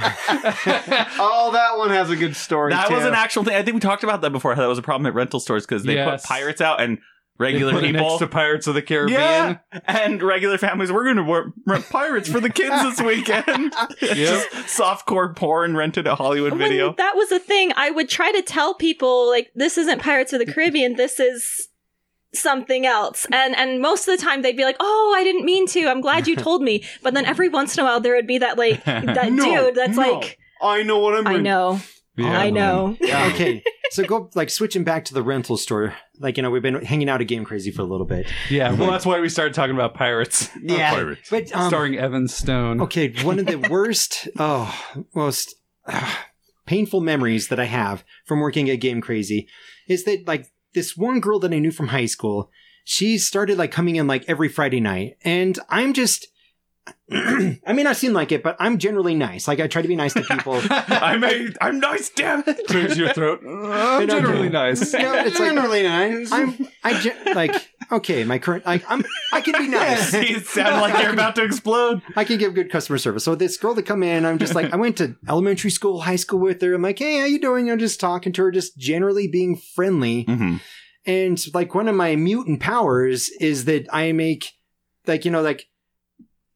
Speaker 5: oh, that one has a good story.
Speaker 2: that
Speaker 5: too.
Speaker 2: was an actual thing. I think we talked about that before. How that was a problem at rental stores because they
Speaker 1: Yes.
Speaker 2: put pirates out and
Speaker 1: They
Speaker 2: regular
Speaker 1: put it
Speaker 2: people
Speaker 1: next to Pirates of the Caribbean.
Speaker 2: Yeah, and regular families. We're going to rent pirates for the kids this weekend. Just softcore porn rented at Hollywood
Speaker 3: Oh
Speaker 4: When
Speaker 2: Video.
Speaker 4: Oh, that was a thing i would try to tell people like this isn't pirates of the caribbean this is something else and and most of the time they'd be like oh i didn't mean to i'm glad you told me but then every once in a while there would be that like that
Speaker 5: No,
Speaker 4: dude that's
Speaker 5: no.
Speaker 4: like
Speaker 5: I know what I'm.
Speaker 4: i know
Speaker 1: Yeah.
Speaker 4: i know
Speaker 5: Yeah.
Speaker 3: okay, so go like switching back to the rental store. Like you know, we've been hanging out at Game Crazy for a little bit,
Speaker 1: Yeah, well, that's why we started talking about pirates,
Speaker 5: Yeah.
Speaker 2: Pirates.
Speaker 3: but um,
Speaker 1: starring Evan Stone.
Speaker 3: okay, one of the worst, oh, most ah, painful memories that I have from working at Game Crazy is that like this one girl that I knew from high school, she started like coming in like every Friday night, and I'm just. I may not seem like it, but I'm generally nice. Like I try to be nice to people.
Speaker 2: I'm a, I'm nice, damn it.
Speaker 1: Clears your throat. I'm generally nice.
Speaker 3: You know, it's like
Speaker 5: generally nice.
Speaker 3: I'm I ge- like okay, my current like I'm I can be nice.
Speaker 2: you sound like you're about to explode.
Speaker 3: I can give good customer service. So this girl that come in, I'm just like I went to elementary school, high school with her. I'm like, hey, how you doing? I'm just talking to her, just generally being friendly.
Speaker 2: Mm-hmm.
Speaker 3: And like one of my mutant powers is that I make like you know like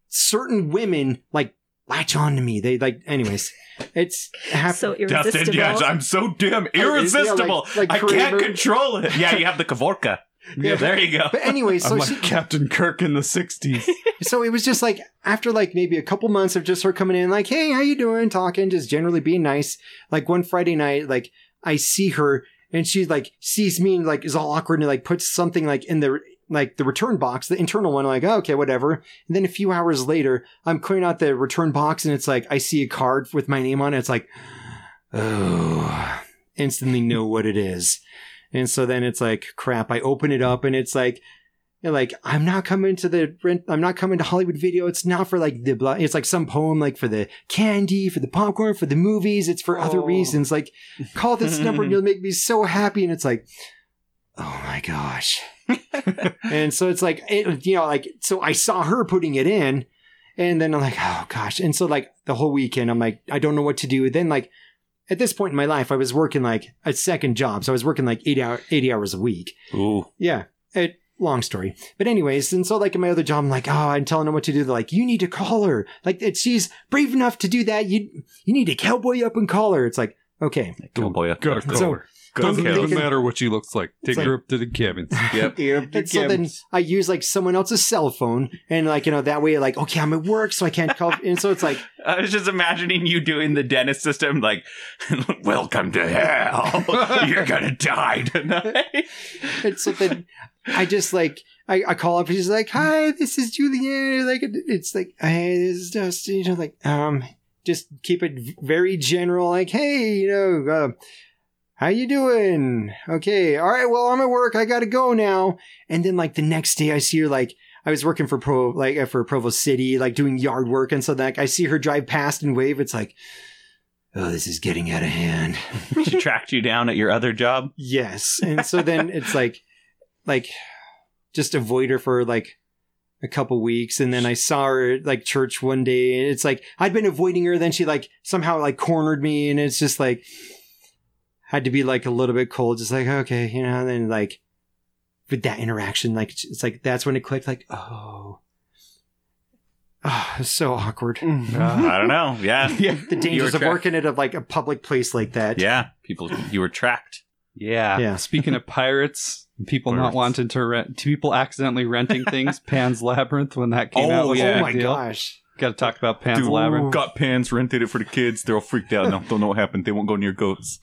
Speaker 3: certain women like latch on to me. They like anyways. It's happened.
Speaker 4: so irresistible
Speaker 2: Dustin, yes, I'm so damn
Speaker 3: Oh, yeah, like-
Speaker 2: irresistible.
Speaker 3: like
Speaker 2: I can't
Speaker 3: Kramer.
Speaker 2: control it. Yeah, you have the Kavorka.
Speaker 1: Yeah,
Speaker 2: there you go.
Speaker 3: but anyways, so
Speaker 1: I'm like
Speaker 3: she,
Speaker 1: Captain Kirk in the 60s.
Speaker 3: so it was just like after like maybe a couple months of just her coming in like hey how you doing talking just generally being nice like one friday night like i see her and she like sees me and like is all awkward and like puts something like in the like the return box the internal one like oh, okay whatever and then a few hours later i'm clearing out the return box and it's like i see a card with my name on it it's like oh instantly know what it is and so then it's like crap i open it up and it's like and like, I'm not coming to the rent. I'm not coming to Hollywood video. It's not for like the, blah, it's like some poem, like for the candy, for the popcorn, for the movies. It's for other
Speaker 5: Oh.
Speaker 3: reasons. Like, call this number and you'll make me so happy. And it's like, oh my gosh. and so it's like, it, you know, like, so I saw her putting it in and then I'm like, oh gosh. And so like the whole weekend, I'm like, I don't know what to do. Then like, at this point in my life, I was working like a second job. So I was working like eight hour, 80 hours a week.
Speaker 2: Ooh.
Speaker 3: Yeah. It, long story. But anyways, and so like in my other job, I'm like, oh, I'm telling them what to do. They're like, you need to call her. Like if she's brave enough to do that, you you need to cowboy up and call her. It's like, okay.
Speaker 2: Cowboy.
Speaker 1: Go, go.
Speaker 3: So-
Speaker 1: Doesn't,
Speaker 3: Okay.
Speaker 1: doesn't matter what she looks like. Take
Speaker 3: like-
Speaker 1: her up to the cabin.
Speaker 2: Yep.
Speaker 3: And so then I use like someone else's cell phone and like, you know, that way like, okay, I'm at work, so I can't call and so it's like
Speaker 2: I was just imagining you doing the dentist system, like, "Welcome to hell. You're gonna die tonight."
Speaker 3: and so then I just like I, I call up and she's like, Hi, this is Julianne. Like it's like, hey, this is Dustin, you know, like, um, just keep it v- very general, like, hey, you know, uh, how you doing? Okay, all right, well, I'm at work, I gotta go now. And then like the next day I see her like I was working for Pro like uh, for Provo City, like doing yard work, and so like I see her drive past and wave, it's like Oh, this is getting out of hand.
Speaker 2: she tracked you down at your other job.
Speaker 3: Yes. And so then it's like like just avoid her for like a couple weeks and then I saw her at like church one day and it's like I'd been avoiding her then she like somehow like cornered me and it's just like had to be like a little bit cold just like okay you know and then like with that interaction like it's it's like that's when it clicked like oh oh it's so awkward
Speaker 2: Mm-hmm. I don't know. Uh-huh. Yeah,
Speaker 1: yeah.
Speaker 3: the dangers of
Speaker 2: tra-
Speaker 3: working at a, like a public place like that
Speaker 2: yeah. People, you were tracked.
Speaker 1: Yeah.
Speaker 3: Yeah.
Speaker 1: Speaking of pirates, people not
Speaker 2: Pirates.
Speaker 1: wanting to rent, people accidentally renting things. Pan's Labyrinth when that came
Speaker 2: Oh,
Speaker 1: out was
Speaker 2: yeah.
Speaker 1: a
Speaker 3: oh
Speaker 1: big
Speaker 3: my
Speaker 1: deal.
Speaker 3: gosh.
Speaker 1: Got to talk about Pan's
Speaker 2: Dude,
Speaker 1: Labyrinth.
Speaker 2: got pants, rented it for the kids. They're all freaked out now. Don't know what happened. They won't go near goats.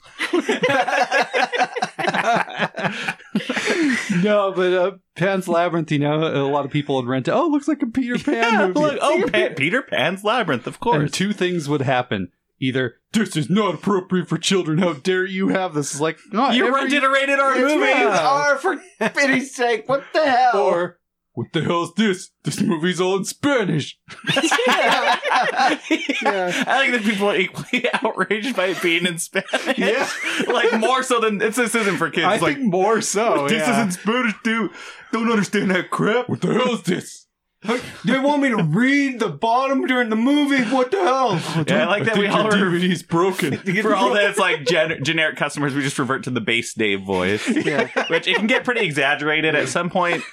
Speaker 1: no, but uh, Pan's Labyrinth. You know, a lot of people would rent it. Oh, it looks like a Peter Pan
Speaker 2: Yeah,
Speaker 1: movie.
Speaker 2: look, oh, Pa- Peter Pan's Labyrinth, of course.
Speaker 1: And two things would happen. Either this is not appropriate for children. How dare you have this? It's like not
Speaker 2: you
Speaker 1: every-
Speaker 2: rented a rated R
Speaker 1: It's
Speaker 2: movie.
Speaker 1: right.
Speaker 5: are for pity's sake. What the hell?
Speaker 1: or what the hell is this? This movie's all in Spanish.
Speaker 3: Yeah.
Speaker 2: I think that people are equally outraged by it being in Spanish.
Speaker 1: Yeah.
Speaker 2: like more so than it's, this isn't for kids.
Speaker 1: I
Speaker 2: It's like oh,
Speaker 1: think more so.
Speaker 2: this
Speaker 1: yeah.
Speaker 2: isn't Spanish, dude. Don't understand that crap.
Speaker 1: What the hell is this?
Speaker 5: they want me to read the bottom during the movie. What the hell?
Speaker 2: Yeah, Oh, I like that we all re-
Speaker 1: DVD's broken.
Speaker 2: for all that it's like gen- generic customers, we just revert to the base Dave voice, which it can get pretty exaggerated at some point.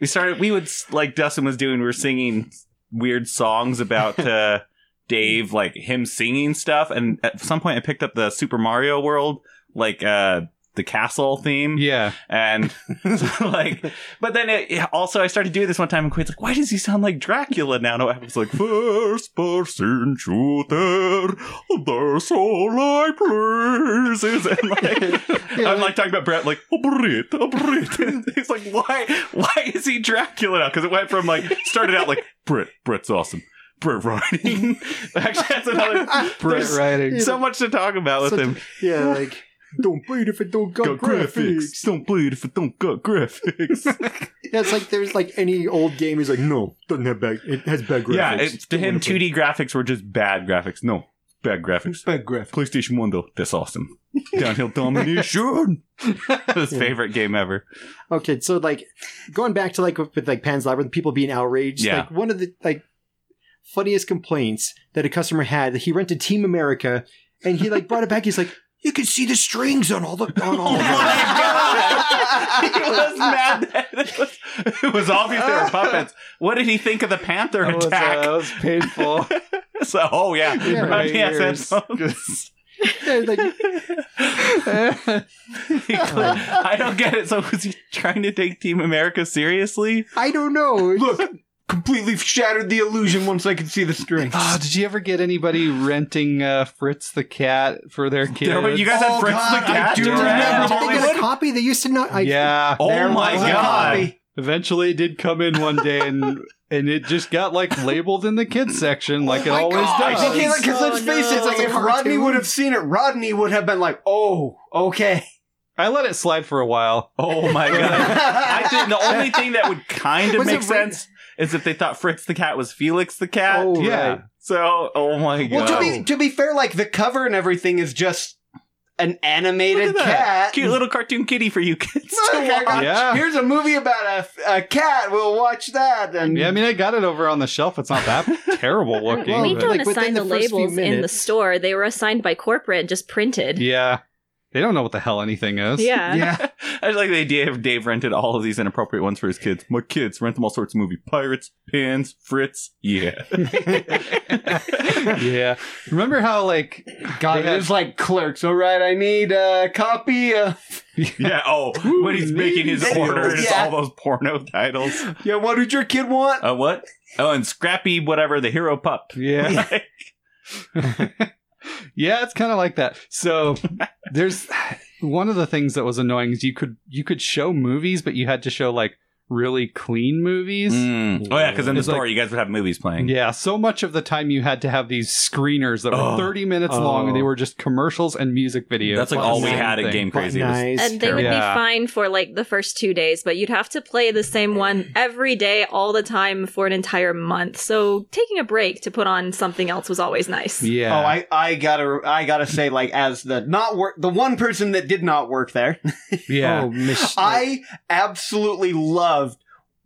Speaker 2: We started, we would like Dustin was doing, we were singing weird songs about uh, Dave, like him singing stuff, and at some point I picked up the Super Mario World, like uh, the castle theme,
Speaker 1: yeah.
Speaker 2: and so, like but then it, it- also i started doing this one time and queen's like why does he sound like dracula now and i was like first person shooter that's all i please is and like
Speaker 3: Yeah,
Speaker 2: i'm like talking about brett like a brit a brit and he's like why why is he dracula now because it went from like started out like brett brett's awesome brett writing actually that's another
Speaker 1: Brett
Speaker 2: there's
Speaker 1: writing.
Speaker 2: so much to talk about with
Speaker 3: Such-
Speaker 2: him
Speaker 3: Yeah, like don't breed if it don't got,
Speaker 2: Got
Speaker 3: graphics.
Speaker 2: don't bleed if it don't got graphics
Speaker 3: Yeah, it's like there's like any old game is like, no, doesn't have bad it has bad graphics.
Speaker 2: Yeah, it's, to
Speaker 3: Don't
Speaker 2: him,
Speaker 3: wanna play.
Speaker 2: 2D graphics were just bad graphics. No, bad graphics.
Speaker 3: bad graphics.
Speaker 2: PlayStation 1, though, that's awesome. Downhill domination. His
Speaker 3: Yeah.
Speaker 2: favorite game ever.
Speaker 3: Okay, so like going back to like with with, like Pan's Labyrinth, people being outraged.
Speaker 2: Yeah.
Speaker 3: Like one of the like funniest complaints that a customer had, he rented Team America and he like brought it back. He's like, you can see the strings on all the on all. of them."
Speaker 2: he was mad that it was, it was obvious they were puppets. What did he think of the panther
Speaker 1: That was, uh,
Speaker 2: attack?
Speaker 1: that was painful.
Speaker 2: so, oh, yeah.
Speaker 3: Yeah,
Speaker 2: Oh,
Speaker 1: my
Speaker 2: yes,
Speaker 1: ears.
Speaker 2: that's-
Speaker 3: They're like,
Speaker 2: He cl- I don't get it. So, was he trying to take Team America seriously?
Speaker 3: I don't know.
Speaker 5: Look, completely shattered the illusion once I could see the strings.
Speaker 1: Ah, did you ever get anybody renting uh, Fritz the cat for their kids?
Speaker 2: There were- you guys had
Speaker 5: Oh,
Speaker 2: Fritz
Speaker 5: God,
Speaker 2: the
Speaker 5: I
Speaker 2: cat.
Speaker 5: do
Speaker 2: Duran
Speaker 5: remember.
Speaker 3: Did they get
Speaker 2: Hollywood?
Speaker 3: a copy? They used to not. I,
Speaker 1: yeah.
Speaker 2: Oh my
Speaker 5: was a
Speaker 2: god.
Speaker 5: copy.
Speaker 1: Eventually, it did come in one day, and and it just got like labeled in the kids section,
Speaker 2: Oh
Speaker 1: like it
Speaker 5: My
Speaker 1: always
Speaker 5: God.
Speaker 1: does.
Speaker 5: Because because
Speaker 3: Oh,
Speaker 5: let's face it, it's like
Speaker 3: no.
Speaker 5: if Rodney would have seen it, Rodney would have been like, "Oh, okay."
Speaker 1: I let it slide for a while.
Speaker 2: Oh my god. I think the only thing that would kind of
Speaker 3: Was it
Speaker 2: make
Speaker 3: written-
Speaker 2: sense is if they thought Fritz the cat was Felix the cat.
Speaker 3: Oh,
Speaker 1: yeah.
Speaker 3: right.
Speaker 2: So, oh my
Speaker 5: Well,
Speaker 2: god.
Speaker 5: to be to be fair, like the cover and everything is just an
Speaker 2: Look at
Speaker 5: animated
Speaker 2: that.
Speaker 5: cat.
Speaker 2: Cute little cartoon kitty for you kids
Speaker 5: Look, I
Speaker 2: to watch.
Speaker 5: got-
Speaker 1: Yeah.
Speaker 5: Here's a movie about a, a cat. We'll watch that. And
Speaker 1: Yeah, I mean, I got it over on the shelf. It's not that terrible looking.
Speaker 3: Well,
Speaker 4: we
Speaker 1: but-
Speaker 4: don't
Speaker 3: like, within
Speaker 4: assign the,
Speaker 3: the first few
Speaker 4: labels in the
Speaker 3: minutes-
Speaker 4: store. They were assigned by corporate, and just printed.
Speaker 1: yeah, they don't know what the hell anything is.
Speaker 4: Yeah.
Speaker 5: yeah.
Speaker 2: I just like the idea of Dave rented all of these inappropriate ones for his kids. My kids rent them all sorts of movie pirates, pins, Fritz. Yeah.
Speaker 1: yeah. Remember how like
Speaker 5: God,
Speaker 1: They
Speaker 5: it
Speaker 1: had-
Speaker 5: was like clerks. All right, I need a copy. Of,
Speaker 2: yeah. Oh, when he's making his
Speaker 5: Ooh,
Speaker 2: orders,
Speaker 5: yeah.
Speaker 2: all those porno titles.
Speaker 5: yeah, what did your kid want?
Speaker 2: Uh, what? Oh, and Scrappy, whatever, the hero pup.
Speaker 1: yeah yeah it's kind of like that so there's one of the things that was annoying is you could you could show movies but you had to show like really clean movies
Speaker 2: Mm. Oh yeah, because in the
Speaker 1: It's like-
Speaker 2: store you guys would have movies playing.
Speaker 1: yeah so much of the time you had to have these screeners that were
Speaker 2: Oh.
Speaker 1: 30 minutes long and they
Speaker 3: Oh.
Speaker 1: were just commercials and music videos
Speaker 2: That's like
Speaker 1: Fucking
Speaker 2: all we
Speaker 1: same
Speaker 2: had at
Speaker 1: thing.
Speaker 2: Game Crazy. It was-
Speaker 3: Nice.
Speaker 4: And they would
Speaker 1: Yeah.
Speaker 4: be fine for like the first two days, but you'd have to play the same one every day, all the time for an entire month. So taking a break to put on something else was always nice.
Speaker 1: yeah
Speaker 5: Oh, I, I gotta I gotta say, like as the not work the one person that did not work there,
Speaker 1: yeah
Speaker 3: Oh, mis-
Speaker 5: I absolutely loved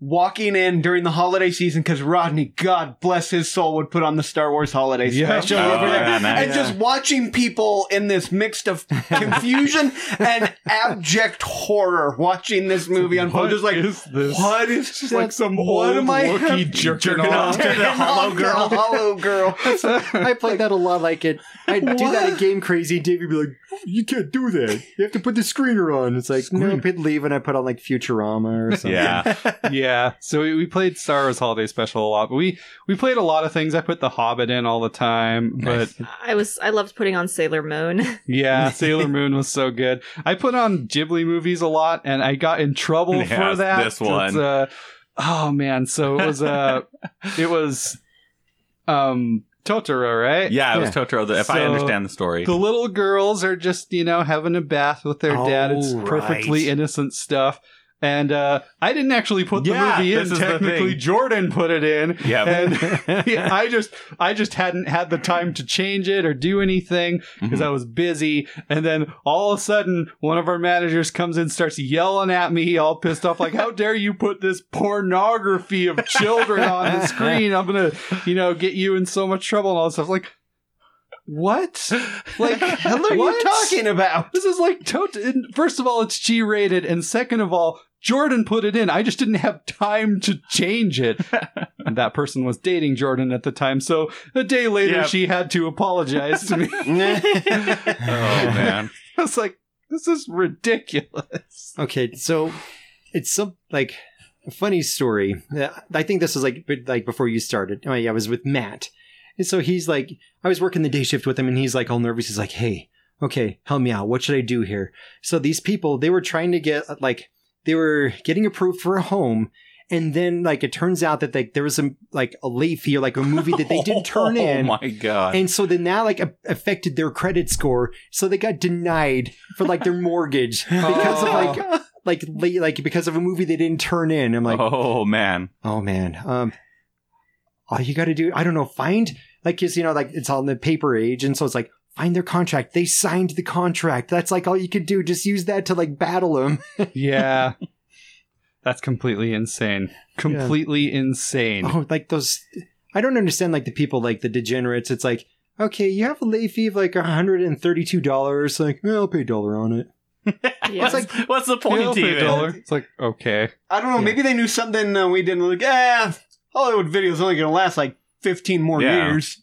Speaker 5: walking in during the holiday season because Rodney, God bless his soul, would put on the Star Wars holiday
Speaker 1: Yeah.
Speaker 5: special
Speaker 2: Oh,
Speaker 5: over there.
Speaker 2: yeah, nice.
Speaker 5: and just watching people in this mixed of confusion and abject horror watching this movie unfold. Just like,
Speaker 1: is this?
Speaker 5: what is
Speaker 1: Just like some
Speaker 5: what
Speaker 1: old
Speaker 5: am I
Speaker 1: Wookiee
Speaker 5: have-
Speaker 1: jerking,
Speaker 2: jerking
Speaker 1: off.
Speaker 2: off to the hollow
Speaker 5: the
Speaker 2: girl?
Speaker 5: hollow girl.
Speaker 3: I played that a lot. Like it, I do that at
Speaker 5: What?
Speaker 3: Game Crazy. and Davey would be like, "You can't do that. You have to put the screener on." It's like, no, I'd leave and I put on like Futurama or something.
Speaker 2: Yeah.
Speaker 1: yeah. So we, we played Star Wars Holiday Special a lot. But we we played a lot of things. I put The Hobbit in all the time.
Speaker 2: Nice.
Speaker 1: But
Speaker 4: I was I loved putting on Sailor Moon.
Speaker 1: yeah, Sailor Moon was so good. I put on Ghibli movies a lot, and I got in trouble
Speaker 2: Yeah,
Speaker 1: for that.
Speaker 2: this
Speaker 1: It's,
Speaker 2: one.
Speaker 1: uh, oh man. So it was uh, it was um Totoro,
Speaker 4: Eh,
Speaker 1: right?
Speaker 2: Yeah, it was Totoro. The, if I
Speaker 1: So-
Speaker 2: understand the story.
Speaker 1: The little girls are just, you know, having a bath with their dad. It's
Speaker 5: Oh, right.
Speaker 1: perfectly innocent stuff. And uh, I didn't actually put the
Speaker 2: Yeah,
Speaker 1: movie in.
Speaker 2: this is the
Speaker 1: Technically,
Speaker 2: thing.
Speaker 1: Jordan put it in.
Speaker 2: Yeah.
Speaker 1: And I just, I just hadn't had the time to change it or do anything because
Speaker 5: Mm-hmm.
Speaker 1: I was busy. And then all of a sudden, one of our managers comes in, starts yelling at me, all pissed off, like, "How dare you put this pornography of children on the screen? I'm gonna, you know, get you in so much trouble and all this stuff." Like, what? Like,
Speaker 5: What are
Speaker 1: what?
Speaker 5: you talking about?
Speaker 1: This is like tot- and First of all, it's G rated, and second of all, Jordan put it in. I just didn't have time to change it. And that person was dating Jordan at the time, so a day later
Speaker 2: Yep.
Speaker 1: she had to apologize to me.
Speaker 2: oh man.
Speaker 1: I was like, this is ridiculous.
Speaker 3: Okay, so it's some like a funny story. Uh, I think this was like bit- like before you started. Oh yeah, I was with Matt, and so he's like, I was working the day shift with him, and he's like all nervous. He's like, Hey, okay, help me out. What should I do here? So these people, they were trying to get uh, like they were getting approved for a home. And then, like, it turns out that like there was some like a late fee or like a movie that they didn't turn in.
Speaker 2: Oh my god.
Speaker 3: And so then that like a- affected their credit score. So they got denied for like their mortgage because of like like la- like because of a movie they didn't turn in. I'm like, oh,
Speaker 2: oh man.
Speaker 3: man, um, all you got to do, I don't know, find like because you know like it's on the paper age, and so it's like find their contract. They signed the contract. That's like all you could do. Just use that to like battle them.
Speaker 1: Yeah. That's completely insane. Completely insane.
Speaker 3: Oh, like those. I don't understand like the people like the degenerates. It's like. Okay, you have a late fee of like $132. Like, eh, I'll pay a dollar on it.
Speaker 4: Yeah.
Speaker 2: What's, what's the
Speaker 1: Yeah,
Speaker 2: point
Speaker 1: I'll
Speaker 2: of
Speaker 1: pay a dollar.
Speaker 2: even?
Speaker 1: It's like, okay.
Speaker 5: I don't know.
Speaker 3: Yeah.
Speaker 5: Maybe they knew something uh, we didn't. Like, ah, Hollywood video's only going to last like 15 more
Speaker 2: Yeah.
Speaker 5: years.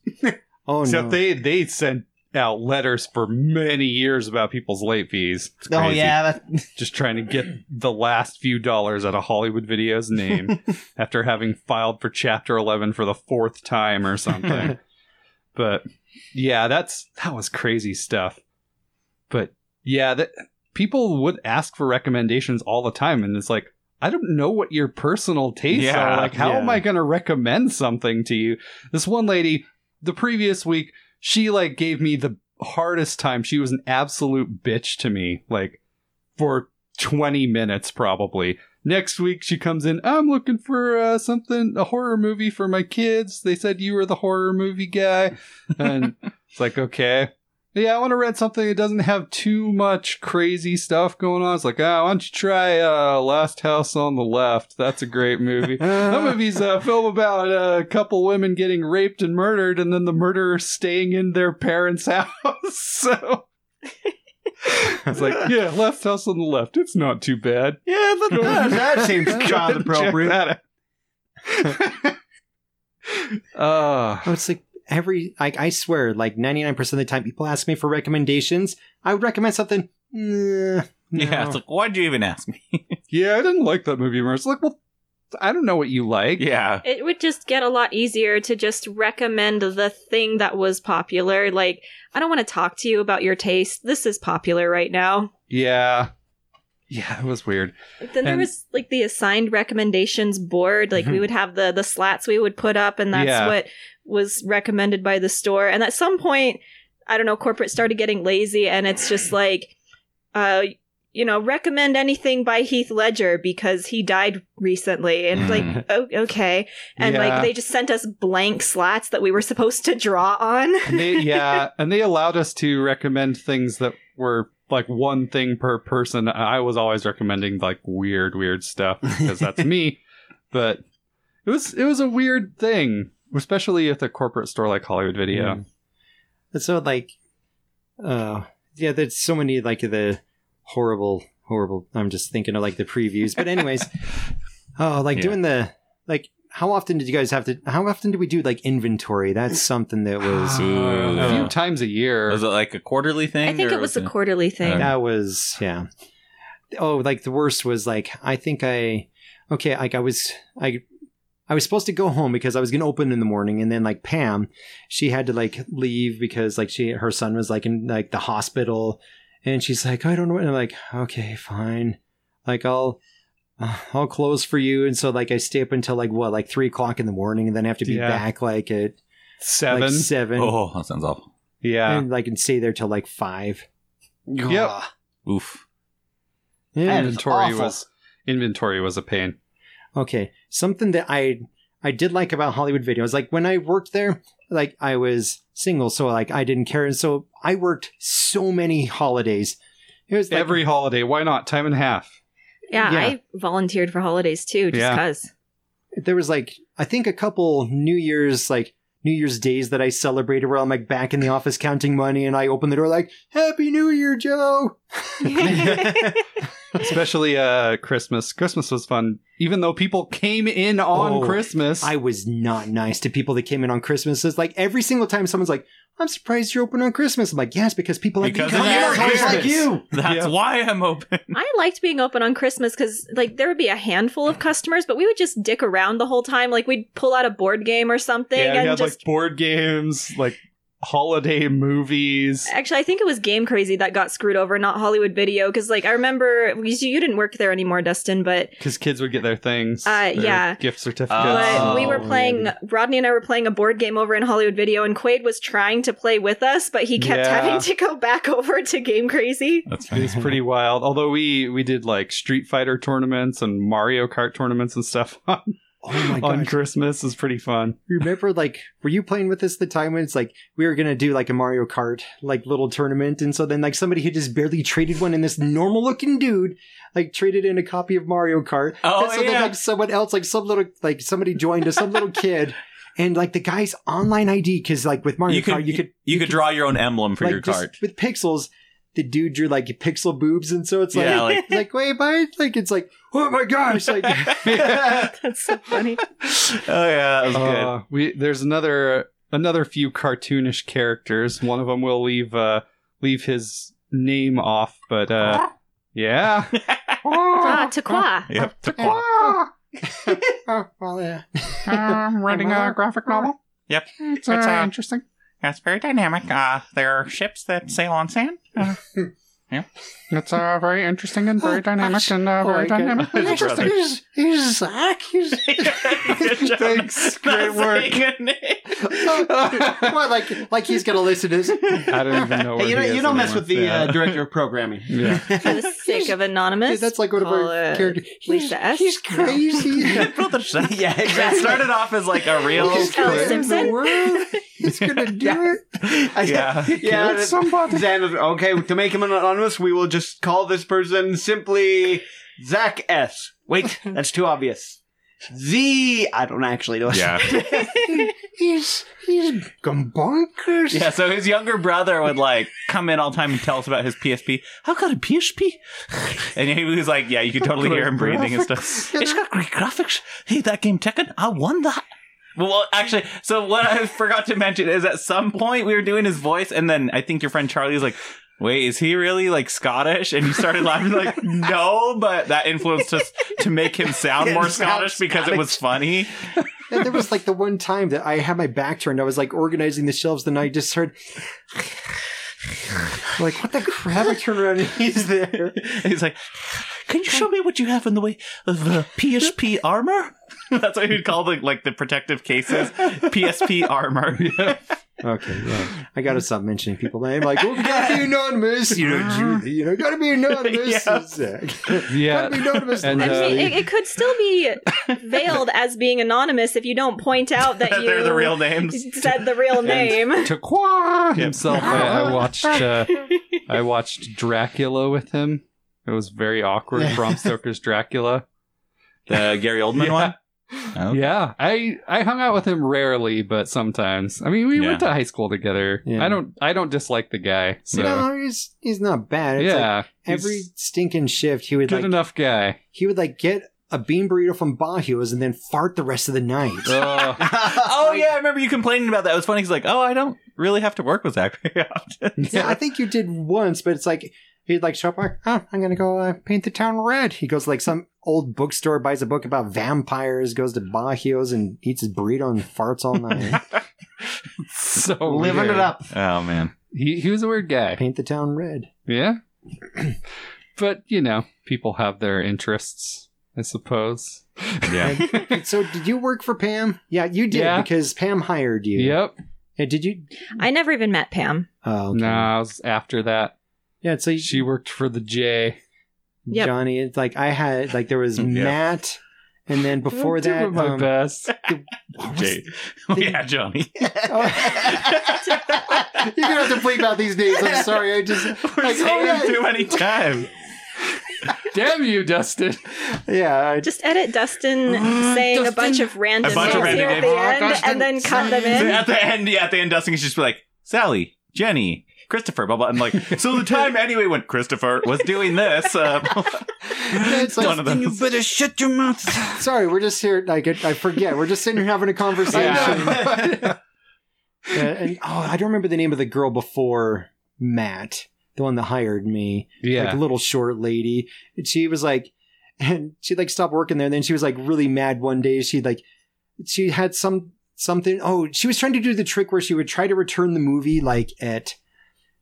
Speaker 3: Oh,
Speaker 1: Except
Speaker 3: no.
Speaker 1: they they sent out letters for many years about people's late fees. It's
Speaker 5: Oh
Speaker 1: crazy.
Speaker 5: yeah, that,
Speaker 1: just trying to get the last few dollars out of Hollywood Video's name after having filed for Chapter 11 for the fourth time or something. but yeah, that's that was crazy stuff. But yeah, that people would ask for recommendations all the time, and it's like I don't know what your personal tastes
Speaker 2: Yeah,
Speaker 1: are. Like, how am
Speaker 3: yeah.
Speaker 1: I going to recommend something to you? This one lady, the previous week, she like gave me the hardest time. She was an absolute bitch to me. Like for 20 minutes probably. Next week she comes in, I'm looking for uh, something a horror movie for my kids. They said you were the horror movie guy. And it's like, okay. Yeah, I want to rent something that doesn't have too much crazy stuff going on. It's like, ah, why don't you try uh, Last House on the Left? That's a great movie.
Speaker 3: Uh,
Speaker 1: That movie's a uh, film about a couple women getting raped and murdered, and then the murderer staying in their parents' house. so it's like, yeah, left house on the left. It's not too bad.
Speaker 5: yeah, that, that, that seems
Speaker 1: Go
Speaker 5: child
Speaker 1: ahead and
Speaker 5: appropriate.
Speaker 1: check that out. Ah,
Speaker 3: Oh, it's like every like I swear, like ninety nine percent of the time, people ask me for recommendations. I would recommend something. "Nah,
Speaker 2: Yeah,
Speaker 3: no."
Speaker 2: it's like why'd you even ask me?
Speaker 1: yeah, I didn't like that movie. Mer. It's like, well, I don't know what you like.
Speaker 2: Yeah.
Speaker 4: It would just get a lot easier to just recommend the thing that was popular. Like, I don't want to talk to you about your taste. This is popular right now.
Speaker 1: yeah, yeah. It was weird.
Speaker 4: Then there
Speaker 1: And- Mm-hmm.
Speaker 4: was like the assigned recommendations board. Like we would have the the slats we would put up, and that's
Speaker 1: Yeah.
Speaker 4: what was recommended by the store. And at some point, I don't know, corporate started getting lazy, and it's just like, uh, you know, recommend anything by Heath Ledger because he died recently, and like, oh, okay. and
Speaker 1: Mm. Yeah.
Speaker 4: like they just sent us blank slats that we were supposed to draw on.
Speaker 1: and they yeah and they allowed us to recommend things that were like one thing per person i was always recommending like weird weird stuff because that's me But it was it was a weird thing, especially at the corporate store like Hollywood Video.
Speaker 3: Hmm. Mm. And so like uh yeah, there's so many like the horrible horrible I'm just thinking of like the previews. But anyways, oh like
Speaker 2: Yeah.
Speaker 3: doing the like how often did you guys have to how often did we do like inventory? That's something that was
Speaker 2: Ooh.
Speaker 1: a few times a year.
Speaker 2: Was it like a quarterly thing?
Speaker 4: I think
Speaker 2: or
Speaker 4: it was a quarterly thing.
Speaker 2: Okay.
Speaker 3: that was yeah. Oh, like the worst was like I think I okay, like I was I I was supposed to go home because I was gonna open in the morning, and then like Pam, she had to like leave because like she her son was like in like the hospital, and she's like I don't know, and I'm like okay fine, like I'll. uh, I'll close for you, and so like I stay up until like what, like three o'clock in the morning, and then have to be
Speaker 1: Yeah.
Speaker 3: back like at
Speaker 1: Seven.
Speaker 3: like Mm. seven,
Speaker 2: Oh, that sounds awful.
Speaker 1: yeah.
Speaker 3: and like and stay there till like five.
Speaker 1: Yep.
Speaker 5: Ah,
Speaker 2: Oof.
Speaker 3: Yeah,
Speaker 5: that is
Speaker 1: Inventory
Speaker 5: awful.
Speaker 1: was inventory was a pain.
Speaker 3: Okay, something that I I did like about Hollywood Video is like when I worked there, like I was single, so like I didn't care, and so I worked so many holidays. It was like,
Speaker 1: Every holiday, why not? Time and a half.
Speaker 4: Yeah,
Speaker 3: Yeah.
Speaker 4: I volunteered for holidays too, just
Speaker 1: Yeah.
Speaker 4: cause.
Speaker 3: there was like I think a couple New Year's like New Year's days that I celebrated where I'm like back in the office counting money, and I open the door like Happy New Year, Joe.
Speaker 1: Especially uh Christmas. Christmas was fun, even though people came in on
Speaker 3: Oh,
Speaker 1: Christmas.
Speaker 3: I was not nice to people that came in on Christmas. It's like every single time someone's like, "I'm surprised you're open on Christmas." I'm like, "Yes, because people like
Speaker 2: Because
Speaker 3: me
Speaker 2: of
Speaker 3: coming in on
Speaker 2: assholes
Speaker 3: Christmas."
Speaker 2: like you. That's
Speaker 1: Yeah.
Speaker 2: why I'm open.
Speaker 4: I liked being open on Christmas because like there would be a handful of customers, but we would just dick around the whole time. Like we'd pull out a board game or something
Speaker 1: yeah, we
Speaker 4: and
Speaker 1: had
Speaker 4: just
Speaker 1: like board games, like holiday movies.
Speaker 4: Actually, I think it was Game Crazy that got screwed over, not Hollywood Video, because like I remember you, you didn't work there anymore, Dustin, but
Speaker 1: Because kids would get their things.
Speaker 4: Uh,
Speaker 1: their
Speaker 4: yeah.
Speaker 1: Gift certificates.
Speaker 4: but
Speaker 2: Oh,
Speaker 4: we were
Speaker 3: yeah.
Speaker 4: playing Rodney and I were playing a board game over in Hollywood Video, and Quaid was trying to play with us, but he kept
Speaker 1: Yeah.
Speaker 4: having to go back over to Game Crazy.
Speaker 2: That's
Speaker 1: It was pretty wild. Although we we did like Street Fighter tournaments and Mario Kart tournaments and stuff on,
Speaker 3: Oh my
Speaker 1: on
Speaker 3: gosh.
Speaker 1: Christmas is pretty fun.
Speaker 3: remember like were you playing with us the time when it's like we were gonna do like a mario kart like little tournament and so then like somebody had just barely traded one and this normal looking dude like traded in a copy of mario kart
Speaker 2: Oh,
Speaker 3: and so
Speaker 2: yeah.
Speaker 3: then like someone else like some little like somebody joined us some little kid and like the guy's online id because like with mario
Speaker 2: You
Speaker 3: kart
Speaker 2: could
Speaker 3: you could
Speaker 2: you could draw your own emblem for
Speaker 3: like
Speaker 2: your
Speaker 3: just
Speaker 2: cart.
Speaker 3: with pixels the dude drew like pixel boobs and so it's like
Speaker 2: Yeah, like-
Speaker 3: like, wait but like it's like oh my gosh like
Speaker 4: That's so funny.
Speaker 2: Oh yeah, that was good.
Speaker 1: Uh, we there's another another few cartoonish characters. One of them will leave uh leave his name off, but uh yeah.
Speaker 4: ah, Taqua.
Speaker 2: Yep. took one.
Speaker 3: well, Oh, yeah.
Speaker 6: I'm writing a graphic novel.
Speaker 2: Yep.
Speaker 6: It's,
Speaker 2: It's,
Speaker 6: uh,
Speaker 2: uh,
Speaker 6: interesting.
Speaker 2: That's very dynamic. Uh, there are ships that sail on sand. Uh,
Speaker 6: It's uh, very interesting and very dynamic and uh,
Speaker 3: Oh,
Speaker 6: very
Speaker 3: I got-
Speaker 6: dynamic.
Speaker 2: His brother.
Speaker 3: Here's, here's Zach. Here's,
Speaker 1: Thanks. Great work.
Speaker 3: what, like, like he's gonna listen to this.
Speaker 1: I don't even know where
Speaker 5: Hey,
Speaker 1: he
Speaker 5: you don't,
Speaker 1: is
Speaker 5: you don't mess
Speaker 1: anymore.
Speaker 5: with the
Speaker 1: Yeah.
Speaker 5: uh, director of programming.
Speaker 1: Yeah.
Speaker 4: For the sake of anonymous.
Speaker 3: that's like one of
Speaker 4: call
Speaker 3: our
Speaker 6: uh,
Speaker 4: it
Speaker 3: characters. He's,
Speaker 4: Lisa S.
Speaker 3: he's crazy.
Speaker 5: yeah,
Speaker 2: It started off as like a real.
Speaker 3: He's
Speaker 4: Ellen
Speaker 3: crazy in
Speaker 4: Simpson?
Speaker 3: the world. He's gonna do
Speaker 5: Yeah.
Speaker 3: it.
Speaker 2: Yeah.
Speaker 5: yeah.
Speaker 6: It's somebody.
Speaker 5: Zan, okay, to make him anonymous, we will just call this person simply Zach S. Wait, that's too obvious. Z. I don't actually know.
Speaker 3: He's he's gumbunkers.
Speaker 2: Yeah, so his younger brother would like come in all the time and tell us about his PSP. I've got a PSP. And he was like, Yeah, you could totally hear him breathing and stuff. It's got great graphics. Hey, that game Tekken, I won that. Well, well, actually, so what I forgot to mention is at some point we were doing his voice, and then I think your friend Charlie was like, Wait, is he really like Scottish? And you started laughing, like, No, but that influenced us to make him sound more
Speaker 5: It sounds
Speaker 2: Scottish because it was funny.
Speaker 3: And there was like the one time that I had my back turned. I was like organizing the shelves, and I just heard. Like what the crap? I turn around and he's there.
Speaker 2: He's like, "Can you show me what you have in the way of uh, PSP armor?" That's what he'd call the like the protective cases, PSP armor.
Speaker 3: Okay, yeah. I gotta stop mentioning people. I'm like, well, we gotta be anonymous. You know, Julie, you know, gotta be anonymous.
Speaker 2: Yeah.
Speaker 3: Zach.
Speaker 1: Yeah.
Speaker 3: Gotta be anonymous.
Speaker 1: And,
Speaker 4: I
Speaker 1: uh,
Speaker 4: mean, it, it could still be veiled as being anonymous if you don't point out that
Speaker 2: That
Speaker 4: you
Speaker 2: they're the real names.
Speaker 4: said the real name.
Speaker 1: Taqua himself. I, I watched. Uh, I watched Dracula with him. It was very awkward. Bram Stoker's Dracula.
Speaker 2: The Gary Oldman
Speaker 1: Yeah.
Speaker 2: one. Oh.
Speaker 1: Yeah, I I hung out with him rarely, but sometimes. I mean, we went
Speaker 2: Yeah.
Speaker 1: to high school together.
Speaker 3: Yeah.
Speaker 1: I don't I don't dislike the guy. So
Speaker 3: No, he's he's not bad. It's like
Speaker 1: yeah, he's
Speaker 3: every stinking shift he would
Speaker 1: good
Speaker 3: like
Speaker 1: enough guy.
Speaker 3: he would like get a bean burrito from Bajo's and then fart the rest of the night.
Speaker 1: Ugh.
Speaker 2: Oh yeah, I remember you complaining about that. It was funny. He's like, "Oh, I don't really have to work with Zach very often."
Speaker 3: Yeah, I think you did once, but it's like he'd like show up like, oh, I'm gonna go uh, paint the town red. He goes to, like some old bookstore, buys a book about vampires, goes to Bajo's and eats his burrito and farts all night.
Speaker 1: so
Speaker 5: Living
Speaker 1: weird.
Speaker 5: it up.
Speaker 2: Oh man,
Speaker 1: He he was a weird guy.
Speaker 3: paint the town red.
Speaker 1: Yeah, but you know, people have their interests, I suppose.
Speaker 2: yeah.
Speaker 3: so did you work for Pam? Yeah, you did
Speaker 1: Yeah.
Speaker 3: because Pam hired you.
Speaker 1: Yep.
Speaker 3: Yeah, did you?
Speaker 4: I never even met Pam.
Speaker 1: No,
Speaker 3: Oh, okay.
Speaker 1: Nah, I was after that.
Speaker 3: Yeah, so you,
Speaker 1: She worked for the J.
Speaker 4: Yep.
Speaker 3: Johnny, it's like I had like there was
Speaker 2: Yeah.
Speaker 3: Matt, and then before
Speaker 1: I'm doing
Speaker 3: that,
Speaker 1: my
Speaker 3: um,
Speaker 1: best.
Speaker 3: what was-
Speaker 2: Jay. yeah, Johnny.
Speaker 3: Oh. you're gonna have to bleep out these names. I'm sorry. I just
Speaker 2: We're
Speaker 3: Like,
Speaker 2: saying
Speaker 3: oh,
Speaker 2: it
Speaker 3: yeah.
Speaker 2: too many times.
Speaker 1: Damn you, Dustin.
Speaker 3: yeah. I,
Speaker 4: Just edit Dustin saying a bunch of random
Speaker 2: A bunch
Speaker 4: names
Speaker 2: of
Speaker 4: here
Speaker 2: random
Speaker 4: at the
Speaker 6: names. Oh,
Speaker 4: end,
Speaker 6: Dustin
Speaker 4: and then cut them
Speaker 2: So
Speaker 4: in.
Speaker 2: at the end, yeah, at the end, Dustin is just like Sally, Jenny, Christopher, blah blah. I'm like, so the time anyway when Christopher was doing this, uh,
Speaker 3: It's like,
Speaker 2: one of those.
Speaker 5: better shut your mouth.
Speaker 3: sorry, we're just here. Like I I forget. We're just sitting here having a conversation. Uh, and oh, I don't remember the name of the girl before Matt, the one that hired me. like
Speaker 1: yeah.
Speaker 3: little short lady. And she was like, and she like stopped working there. And then she was like really mad one day. She like, she had some something. Oh, she was trying to do the trick where she would try to return the movie like at,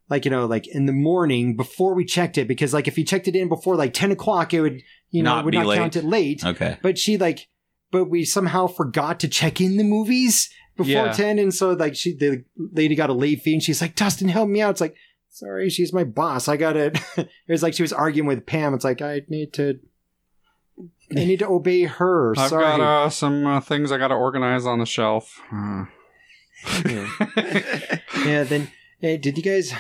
Speaker 3: like you know, like in the morning before we checked it because like if you checked it in before like ten o'clock, it would you know
Speaker 2: Not
Speaker 3: it would
Speaker 2: be
Speaker 3: not
Speaker 2: late.
Speaker 3: count it late.
Speaker 2: Okay.
Speaker 3: But she like, but we somehow forgot to check in the movies before
Speaker 1: Yeah.
Speaker 3: ten, and so like she the lady got a late fee, and she's like, "Dustin, help me out." It's like, sorry, she's my boss. I got to it was like she was arguing with Pam. It's like I need to, I need to obey her.
Speaker 1: I've
Speaker 3: sorry.
Speaker 1: got uh, some uh, things I got to organize on the shelf. Uh,
Speaker 3: yeah. Yeah, Then hey, did you guys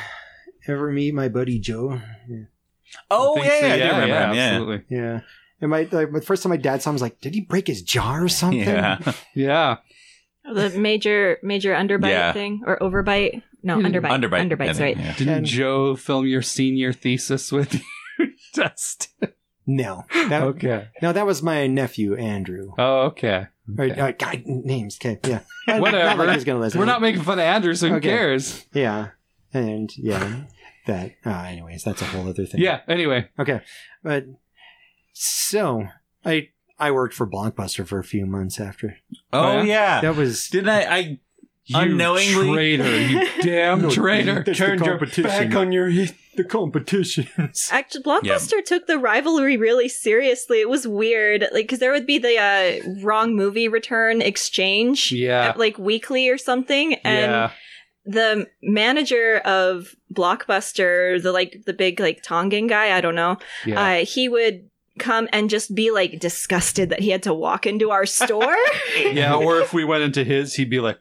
Speaker 3: ever meet my buddy Joe?
Speaker 2: Oh
Speaker 1: I
Speaker 2: yeah,
Speaker 1: think so.
Speaker 2: yeah, I do remember him. Yeah.
Speaker 1: absolutely.
Speaker 3: Yeah. And my like the first time my dad saw him, I was like, did he break his jar or something?
Speaker 2: Yeah.
Speaker 1: Yeah,
Speaker 4: The major, major underbite
Speaker 2: Yeah.
Speaker 4: thing or overbite? No,
Speaker 1: Hmm.
Speaker 4: underbite.
Speaker 2: Underbite. I
Speaker 4: Underbite's
Speaker 2: think,
Speaker 4: right.
Speaker 2: yeah.
Speaker 1: didn't
Speaker 3: And-
Speaker 1: Joe film your senior thesis with you, Dustin?
Speaker 3: No. That,
Speaker 1: Okay.
Speaker 3: No, that was my nephew Andrew.
Speaker 1: Oh, okay.
Speaker 3: Or,
Speaker 1: Okay.
Speaker 3: uh, God, names. Okay, yeah. Not
Speaker 1: Whatever.
Speaker 3: like he's gonna listen.
Speaker 1: We're not making fun of Andrew, so who
Speaker 3: Okay.
Speaker 1: cares?
Speaker 3: Yeah. And yeah, that. Uh, anyways, that's a whole other thing.
Speaker 1: Yeah. Anyway,
Speaker 3: But so I I worked for Blockbuster for a few months after.
Speaker 1: Oh,
Speaker 2: Oh yeah.
Speaker 3: That was
Speaker 2: Didn't I? I
Speaker 1: you
Speaker 2: Unknowingly-
Speaker 1: traitor, you damn traitor.
Speaker 3: turned your back on your the competition.
Speaker 4: Actually, Blockbuster took the rivalry really seriously. It was weird, like because there would be the uh, wrong movie return exchange,
Speaker 1: Yeah.
Speaker 4: uh, like weekly or something, and
Speaker 1: yeah.
Speaker 4: the manager of Blockbuster, the like the big like Tongan guy, I don't know,
Speaker 1: Yeah.
Speaker 4: uh, he would come and just be like disgusted that he had to walk into our store.
Speaker 1: yeah. Or if we went into his, he'd be like,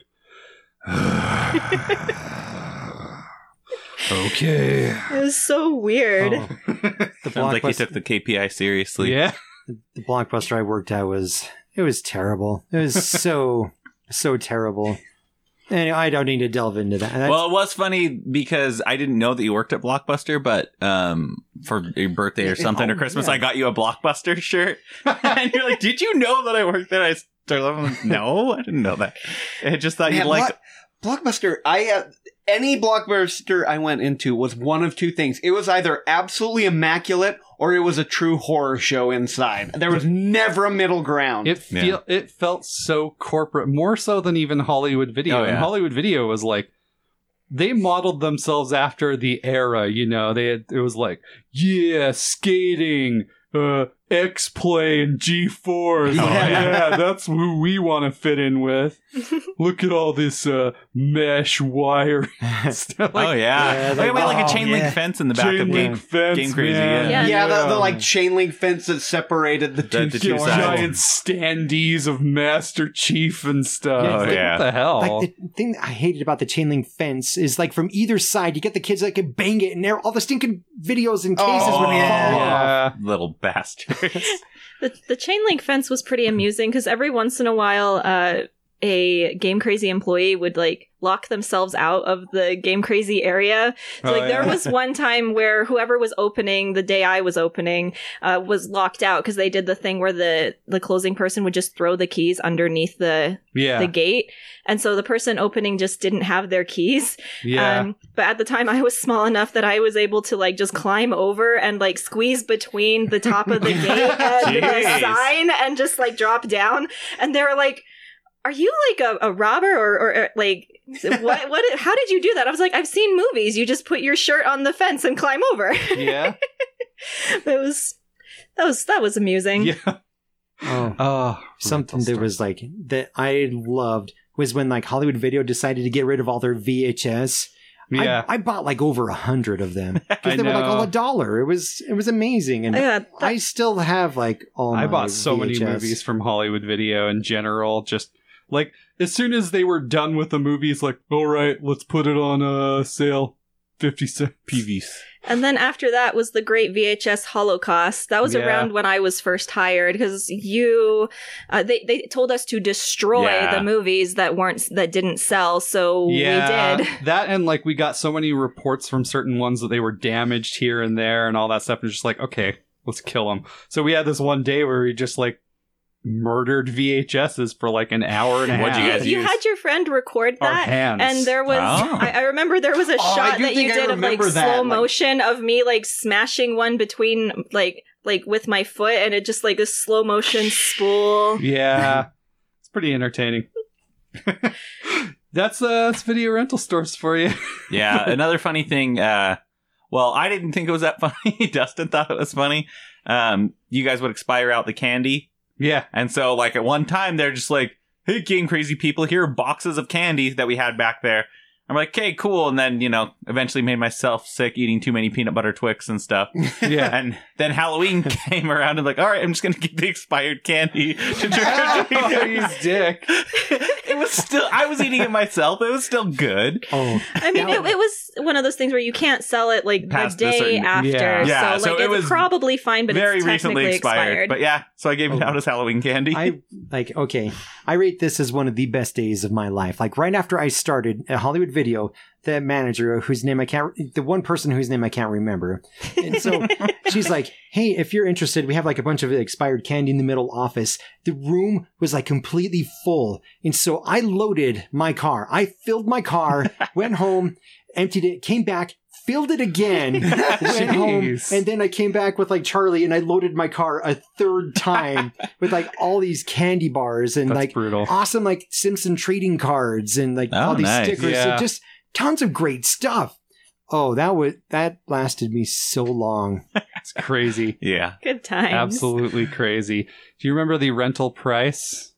Speaker 1: okay.
Speaker 4: it was so weird.
Speaker 3: the
Speaker 2: Sounds like he
Speaker 3: Blockbuster-
Speaker 2: took the KPI seriously.
Speaker 1: Yeah.
Speaker 3: the blockbuster I worked at was it was terrible. It was so so terrible. And I don't need to delve into that. That's-
Speaker 2: Well, it was funny because I didn't know that you worked at Blockbuster, but um, for your birthday or something
Speaker 3: Oh,
Speaker 2: or Christmas,
Speaker 3: yeah.
Speaker 2: I got you a Blockbuster shirt, and you're like, "Did you know that I worked there?" I started laughing. I'm like, No, I didn't know that. I just thought
Speaker 5: Man,
Speaker 2: you'd like.
Speaker 5: Block- Blockbuster. I uh, any Blockbuster I went into was one of two things. It was either absolutely immaculate or it was a true horror show inside. There was never a middle ground.
Speaker 1: It
Speaker 2: Yeah.
Speaker 1: feel it felt so corporate, more so than even Hollywood Video.
Speaker 2: Oh, yeah.
Speaker 1: And Hollywood Video was like they modeled themselves after the era. You know, they had, it was like yeah, skating, uh, X plane, G force.
Speaker 2: Oh,
Speaker 1: yeah.
Speaker 2: yeah.
Speaker 1: that's who we want to fit in with. Look at all this uh, mesh wire stuff,
Speaker 2: oh
Speaker 1: like
Speaker 2: yeah,
Speaker 3: Yeah,
Speaker 2: like,
Speaker 3: like,
Speaker 2: we had, like a
Speaker 3: oh,
Speaker 2: chain link
Speaker 3: yeah.
Speaker 2: fence in the back
Speaker 1: chain
Speaker 2: of the
Speaker 1: link fence,
Speaker 2: Game Crazy,
Speaker 1: man.
Speaker 4: yeah.
Speaker 5: yeah, the, the
Speaker 1: Um,
Speaker 5: like chain link fence that separated the two,
Speaker 2: The- the two
Speaker 5: stores.
Speaker 2: sides.
Speaker 1: Giant standees of Master Chief and stuff.
Speaker 3: Yeah,
Speaker 1: Like,
Speaker 2: like-
Speaker 3: it's
Speaker 1: What the hell?
Speaker 3: Like the thing that I hated about the chain link fence is like from either side, you get the kids that can bang it, and they're- all the stinking videos and cases
Speaker 5: Oh,
Speaker 3: would fall
Speaker 2: yeah.
Speaker 3: off.
Speaker 1: yeah.
Speaker 2: little bastard. course.
Speaker 4: The, the chain link fence was pretty amusing because every once in a while, uh, a game crazy employee would like lock themselves out of the game crazy area. So,
Speaker 1: Oh,
Speaker 4: like there
Speaker 1: yeah.
Speaker 4: was one time where whoever was opening the day I was opening uh, was locked out because they did the thing where the the closing person would just throw the keys underneath the
Speaker 1: Yeah.
Speaker 4: the gate, and so the person opening just didn't have their keys.
Speaker 1: yeah.
Speaker 4: Um, but at the time, I was small enough that I was able to like just climb over and like squeeze between the top of the gate and
Speaker 2: Jeez.
Speaker 4: the sign and just like drop down. And they were like, "Are you like a, a robber or, or, or, like what? What? How did you do that?" I was like, "I've seen movies. You just put your shirt on the fence and climb over."
Speaker 5: Yeah.
Speaker 4: it was that was that was amusing.
Speaker 1: Yeah.
Speaker 3: Oh,
Speaker 1: Oh,
Speaker 3: something that was like that I loved was when like Hollywood Video decided to get rid of all their VHS. I-
Speaker 1: yeah.
Speaker 3: I, bought like over a hundred of them
Speaker 1: I
Speaker 3: because they were like
Speaker 1: know.
Speaker 3: all a dollar. It was it was amazing, and
Speaker 4: Yeah, that-
Speaker 3: I still have like all.
Speaker 1: I
Speaker 3: my
Speaker 1: bought so many
Speaker 3: VHS.
Speaker 1: movies from Hollywood Video in general. Just like as soon as they were done with the movies, like, all right, let's put it on uh, sale, fifty cent PVs.
Speaker 4: And then after that was the great VHS Holocaust. That was
Speaker 1: Yeah.
Speaker 4: around when I was first hired because you, uh, they they told us to destroy
Speaker 2: Yeah.
Speaker 4: the movies that weren't that didn't sell. So we did.
Speaker 1: that and like we got so many reports from certain ones that they were damaged here and there and all that stuff, and just like, okay, let's kill them. So we had this one day where we just like murdered VHSs for like an hour and a
Speaker 2: What'd
Speaker 1: half.
Speaker 2: you guys
Speaker 4: If you
Speaker 2: use
Speaker 4: had your friend record
Speaker 1: Our
Speaker 4: that.
Speaker 1: hands.
Speaker 4: And there was,
Speaker 2: Oh.
Speaker 4: I, I remember there was a
Speaker 5: Oh, I
Speaker 4: shot
Speaker 5: do
Speaker 4: that you
Speaker 5: think I
Speaker 4: did of like
Speaker 5: remember that,
Speaker 4: slow
Speaker 5: like-
Speaker 4: motion of me like smashing one between like like with my foot, and it just like this slow motion spool.
Speaker 1: Yeah, it's pretty entertaining. that's uh, that's video rental stores for you.
Speaker 2: yeah. Another funny thing. Uh, well, I didn't think it was that funny. Dustin thought it was funny. Um, you guys would expire out the candy,
Speaker 1: Yeah,
Speaker 2: and so like at one time they're just like, "Hey, game crazy people, here are boxes of candy that we had back there." I'm like, "Okay, cool." And then you know, eventually made myself sick eating too many peanut butter Twix and stuff.
Speaker 1: yeah.
Speaker 2: And then Halloween came around and like, all right, I'm just gonna get the expired candy to trick or treat.
Speaker 1: He's Oh, dick.
Speaker 2: it was still I was eating it myself. It was still good.
Speaker 3: Oh,
Speaker 4: I mean, it, it was one of those things where you can't sell it like the
Speaker 2: Past a
Speaker 4: day
Speaker 2: certain-
Speaker 4: after.
Speaker 1: Yeah.
Speaker 2: Yeah,
Speaker 4: so,
Speaker 2: so
Speaker 4: like,
Speaker 2: it
Speaker 4: it's
Speaker 2: was
Speaker 4: probably fine, but
Speaker 2: Very
Speaker 4: it's
Speaker 2: recently
Speaker 4: technically
Speaker 2: expired.
Speaker 4: expired.
Speaker 2: But yeah, so I gave it
Speaker 3: Oh.
Speaker 2: out as Halloween candy.
Speaker 3: I like okay. I rate this as one of the best days of my life. Like right after I started at Hollywood Video, the manager whose name I can't, the one person whose name I can't remember, and so she's like, "Hey, if you're interested, we have like a bunch of expired candy in the middle office." The room was like completely full, and so I loaded my car. I filled my car, went home, emptied it, came back, filled it again. Went home,
Speaker 1: Jeez.
Speaker 3: and then I came back with like Charlie, and I loaded my car a third time with like all these candy bars and
Speaker 1: That's
Speaker 3: like
Speaker 1: brutal.
Speaker 3: awesome like Simpson trading cards and like
Speaker 2: Oh,
Speaker 3: all these
Speaker 2: nice.
Speaker 3: stickers.
Speaker 1: Yeah.
Speaker 3: So just tons of great stuff. Oh, that was that lasted me so long.
Speaker 1: It's crazy.
Speaker 2: yeah.
Speaker 4: Good times.
Speaker 1: Absolutely crazy. Do you remember the rental price?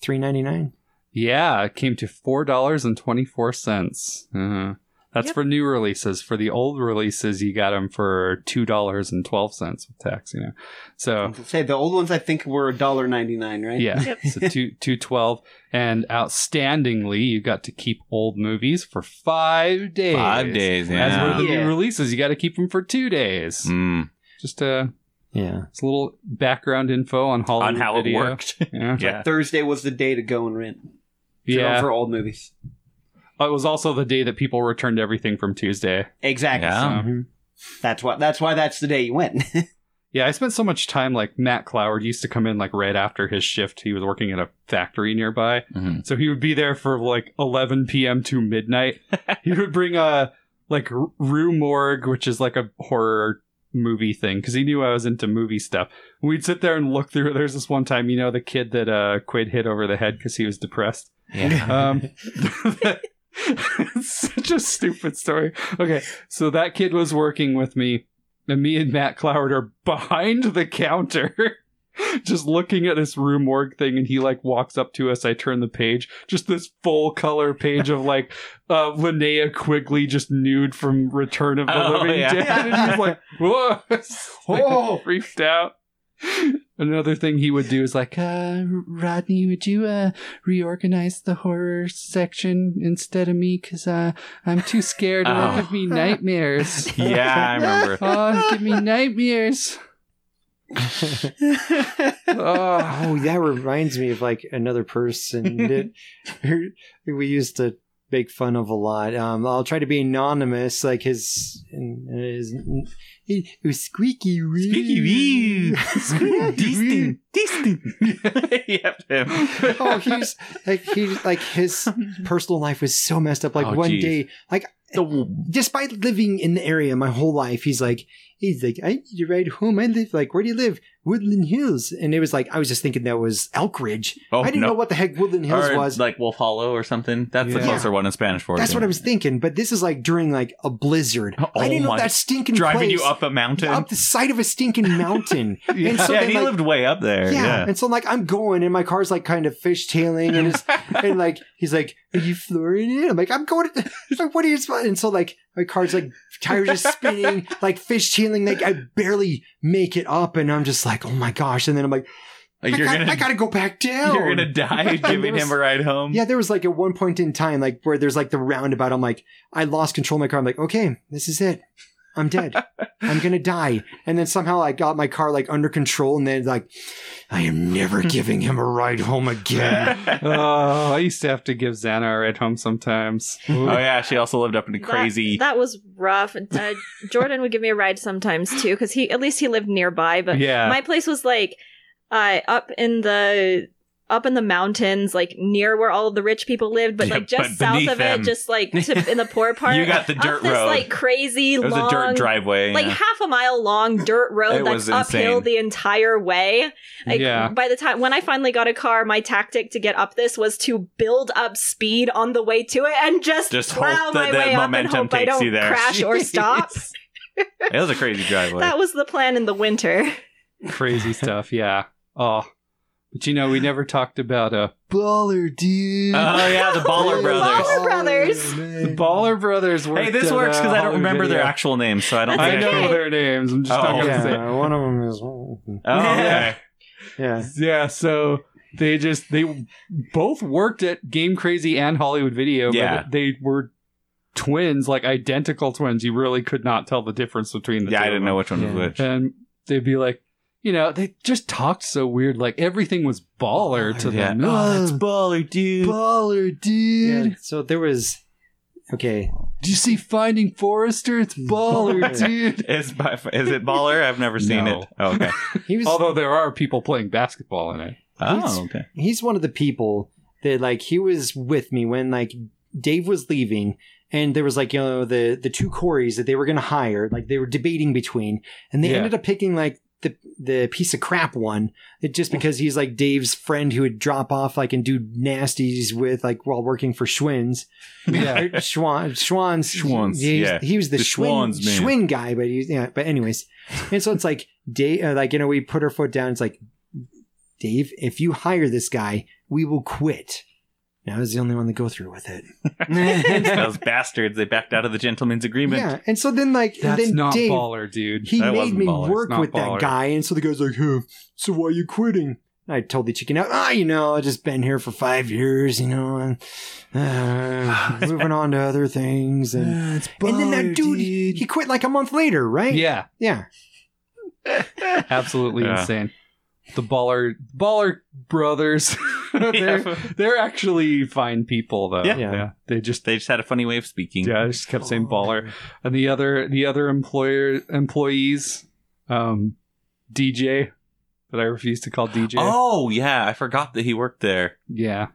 Speaker 3: Three ninety nine.
Speaker 1: Yeah, it came to four dollars and twenty four cents. Uh-huh. That's
Speaker 4: Yep.
Speaker 1: for new releases. For the old releases, you got them for two dollars and twelve cents with tax. You know, so
Speaker 5: Say the old ones I think were $1.99, right?
Speaker 1: uh, yeah,
Speaker 4: Yep.
Speaker 1: so two two twelve. And outstandingly, you got to keep old movies for five days.
Speaker 2: Five days,
Speaker 1: As
Speaker 2: yeah.
Speaker 1: were the
Speaker 4: Yeah.
Speaker 1: new releases, you got to keep them for two days.
Speaker 2: Mm.
Speaker 1: Just uh,
Speaker 3: Yeah.
Speaker 1: it's a little background info on Hollywood
Speaker 2: On how it
Speaker 1: Video.
Speaker 2: worked.
Speaker 1: Yeah.
Speaker 2: yeah.
Speaker 5: Thursday was the day to go and rent.
Speaker 1: Yeah.
Speaker 5: For old movies.
Speaker 1: It was also the day that people returned everything from Tuesday.
Speaker 5: Exactly.
Speaker 2: Yeah.
Speaker 1: So-
Speaker 3: Mhm.
Speaker 5: That's why that's why that's the day you went.
Speaker 1: Yeah, I spent so much time like Matt Cloward used to come in like right after his shift. He was working at a factory nearby.
Speaker 2: Mhm.
Speaker 1: So he would be there for like 11 p.m. to midnight. he would bring a like R- Rue Morgue, which is like a horror movie thing because he knew I was into movie stuff. We'd sit there and look through. There's this one time, you know, the kid that uh Quid hit over the head because he was depressed.
Speaker 2: Yeah.
Speaker 1: Um, such a stupid story. Okay, so that kid was working with me, and me and Matt Cloward are behind the counter, just looking at this room org thing. And he like walks up to us. I turn the page, just this full color page of like uh, Linnea Quigley just nude from Return of the
Speaker 2: Oh,
Speaker 1: Living
Speaker 2: yeah.
Speaker 1: Dead, and he's like, "Whoa!"
Speaker 5: Oh.
Speaker 1: freaked out. Another thing he would do is like, uh, Rodney, would you uh, reorganize the horror section instead of me? Because uh, I'm too scared. It'll
Speaker 2: Oh.
Speaker 1: give me nightmares.
Speaker 2: yeah, I remember.
Speaker 1: oh, it'll give me nightmares. Oh,
Speaker 3: Oh, that reminds me of like another person that we used to make fun of a lot. Um, I'll try to be anonymous. Like his, his it was squeaky wee.
Speaker 2: Squeaky wee.
Speaker 3: wee.
Speaker 2: Distant, distant. yep, him.
Speaker 3: oh, he's like he like his personal life was so messed up. Like
Speaker 1: Oh,
Speaker 3: one
Speaker 1: geez.
Speaker 3: day, like despite living in the area my whole life, he's like he's like I need to ride home. I live like where do you live? Woodland Hills, and it was like I was just thinking that was Elk Ridge.
Speaker 2: Oh,
Speaker 3: I didn't
Speaker 2: no.
Speaker 3: know what the heck Woodland Hills
Speaker 2: Or,
Speaker 3: was.
Speaker 2: like Wolf Hollow or something. That's the
Speaker 3: Yeah.
Speaker 2: closer one in Spanish for it.
Speaker 3: That's what I was thinking, but this is like during like a blizzard.
Speaker 2: Oh
Speaker 3: I didn't know
Speaker 2: my-
Speaker 3: that stinking
Speaker 2: driving
Speaker 3: place
Speaker 2: you up a mountain.
Speaker 3: up the side of a stinking mountain.
Speaker 1: Yeah.
Speaker 3: And so
Speaker 2: yeah,
Speaker 3: then,
Speaker 2: and he
Speaker 3: like,
Speaker 2: lived way up there.
Speaker 3: yeah.
Speaker 2: Yeah,
Speaker 3: And so like I'm going and my car's like kind of fishtailing and it's and like he's like, Are you flooring it? I'm like, I'm going to he's like, what are you sp-" and so like my car's like tires are spinning, like fishtailing, like I barely make it up and I'm just like, Oh my gosh. And then I'm like, I,
Speaker 2: Like, you're
Speaker 3: gotta,
Speaker 2: gonna
Speaker 3: I gotta go back down.
Speaker 2: you're gonna die
Speaker 3: And
Speaker 2: giving
Speaker 3: there
Speaker 2: him a ride home.
Speaker 3: yeah, there was like at one point in time, like where there's like the roundabout. I'm like, I lost control of my car. I'm like, okay, this is it. I'm dead. I'm gonna die. And then somehow I got my car like under control, and then like, I am never giving him a ride home again.
Speaker 1: oh, I used to have to give Xana a ride home sometimes.
Speaker 2: Oh yeah, she also lived up in a crazy.
Speaker 4: That, that was rough. Uh, Jordan would give me a ride sometimes too, because he at least he lived nearby. But
Speaker 1: Yeah.
Speaker 4: my place was like uh, up in the up in the mountains, like near where all of the rich people lived, but
Speaker 2: Yeah,
Speaker 4: like just
Speaker 2: but
Speaker 4: south
Speaker 2: beneath
Speaker 4: of
Speaker 2: them.
Speaker 4: it, just like to, in the poor part.
Speaker 2: You got the
Speaker 4: up
Speaker 2: dirt
Speaker 4: this,
Speaker 2: road.
Speaker 4: like crazy
Speaker 2: it was
Speaker 4: long,
Speaker 2: a dirt driveway.
Speaker 4: like
Speaker 2: yeah.
Speaker 4: half a mile long dirt road
Speaker 2: It was
Speaker 4: that's uphill
Speaker 2: insane.
Speaker 4: the entire way. Like,
Speaker 1: Yeah.
Speaker 4: By the time when I finally got a car, my tactic to get up this was to build up speed on the way to it and just
Speaker 2: Just
Speaker 4: plow
Speaker 2: hope that
Speaker 4: my
Speaker 2: the
Speaker 4: way up and
Speaker 2: momentum
Speaker 4: hope I
Speaker 2: takes
Speaker 4: don't
Speaker 2: you there.
Speaker 4: crash or stop.
Speaker 2: it was a crazy driveway.
Speaker 4: that was the plan in the winter.
Speaker 1: Crazy stuff, yeah. Oh. But you know, we never talked about uh
Speaker 3: Baller, dude.
Speaker 2: oh yeah, the Baller Brothers.
Speaker 4: Uh,
Speaker 2: Oh.
Speaker 4: Baller Brothers.
Speaker 1: the Baller Brothers worked
Speaker 2: Hey, this
Speaker 1: at,
Speaker 2: works because
Speaker 1: uh,
Speaker 2: I don't
Speaker 1: Hollywood
Speaker 2: remember their
Speaker 1: Video.
Speaker 2: actual names, so I don't.
Speaker 1: I
Speaker 2: Think
Speaker 1: know
Speaker 4: Okay.
Speaker 1: their names. I'm just
Speaker 2: Oh.
Speaker 1: not gonna say
Speaker 3: Yeah, one of them is.
Speaker 2: Oh, okay.
Speaker 3: Yeah,
Speaker 1: yeah so they just they both worked at game crazy and hollywood video
Speaker 2: Yeah.
Speaker 1: but they were twins like identical twins you really could not tell the difference between the
Speaker 2: yeah,
Speaker 1: two
Speaker 2: I
Speaker 1: of
Speaker 2: didn't know which one was
Speaker 3: Yeah.
Speaker 2: which.
Speaker 1: them. and they'd be like you know they just talked so weird like everything was baller to
Speaker 2: Yeah.
Speaker 1: them
Speaker 2: Oh, that's baller, dude.
Speaker 1: baller dude
Speaker 3: yeah. So there was. Okay,
Speaker 1: do you see finding forrester it's baller
Speaker 3: Baller.
Speaker 1: dude
Speaker 2: Is, by, is it baller? I've never seen
Speaker 1: No.
Speaker 2: it. Oh, okay.
Speaker 3: he was.
Speaker 1: although there are people playing basketball in it
Speaker 2: Oh, okay.
Speaker 3: he's one of the people that like he was with me when like Dave was leaving and there was like you know the the two Coreys that they were going to hire like they were debating between and they
Speaker 1: Yeah.
Speaker 3: ended up picking like the the piece of crap one it, just because he's like Dave's friend who would drop off like and do nasties with like while working for Schwinn's
Speaker 1: yeah
Speaker 3: Or Schwan Schwan's
Speaker 2: Schwan's, Oh.
Speaker 3: he,
Speaker 2: yeah.
Speaker 3: he was the,
Speaker 2: The
Speaker 3: Schwinn,
Speaker 2: Schwan's man.
Speaker 3: Schwinn guy but he's yeah but anyways and so it's like Dave uh, like you know we put her foot down it's like Dave, if you hire this guy, we will quit. And I was the only one to go through with it.
Speaker 2: Those bastards, they backed out of the gentleman's agreement.
Speaker 3: Yeah. And so then like
Speaker 1: that's
Speaker 3: then
Speaker 1: not
Speaker 3: Dave
Speaker 1: baller dude
Speaker 3: he
Speaker 2: That
Speaker 3: made
Speaker 2: wasn't
Speaker 3: me
Speaker 2: baller. It's
Speaker 3: work
Speaker 1: not
Speaker 3: with
Speaker 1: baller.
Speaker 3: that guy, and so the guy's like, huh, so why are you quitting? And I told the chicken out, ah, you know, i just been here for five years, you know, and uh, moving on to other things. And, and then that dude, he quit like a month later, right?
Speaker 1: yeah
Speaker 3: Yeah.
Speaker 1: absolutely
Speaker 2: Yeah.
Speaker 1: insane. The baller baller brothers. they're,
Speaker 2: Yeah.
Speaker 1: they're actually fine people though.
Speaker 2: Yeah.
Speaker 3: Yeah.
Speaker 1: They just
Speaker 2: They just had a funny way of speaking.
Speaker 1: yeah, I just kept saying
Speaker 2: Oh,
Speaker 1: baller. And the other the other employer employees, um DJ that I refuse to call DJ.
Speaker 2: Oh, yeah. I forgot that he worked there.
Speaker 1: Yeah.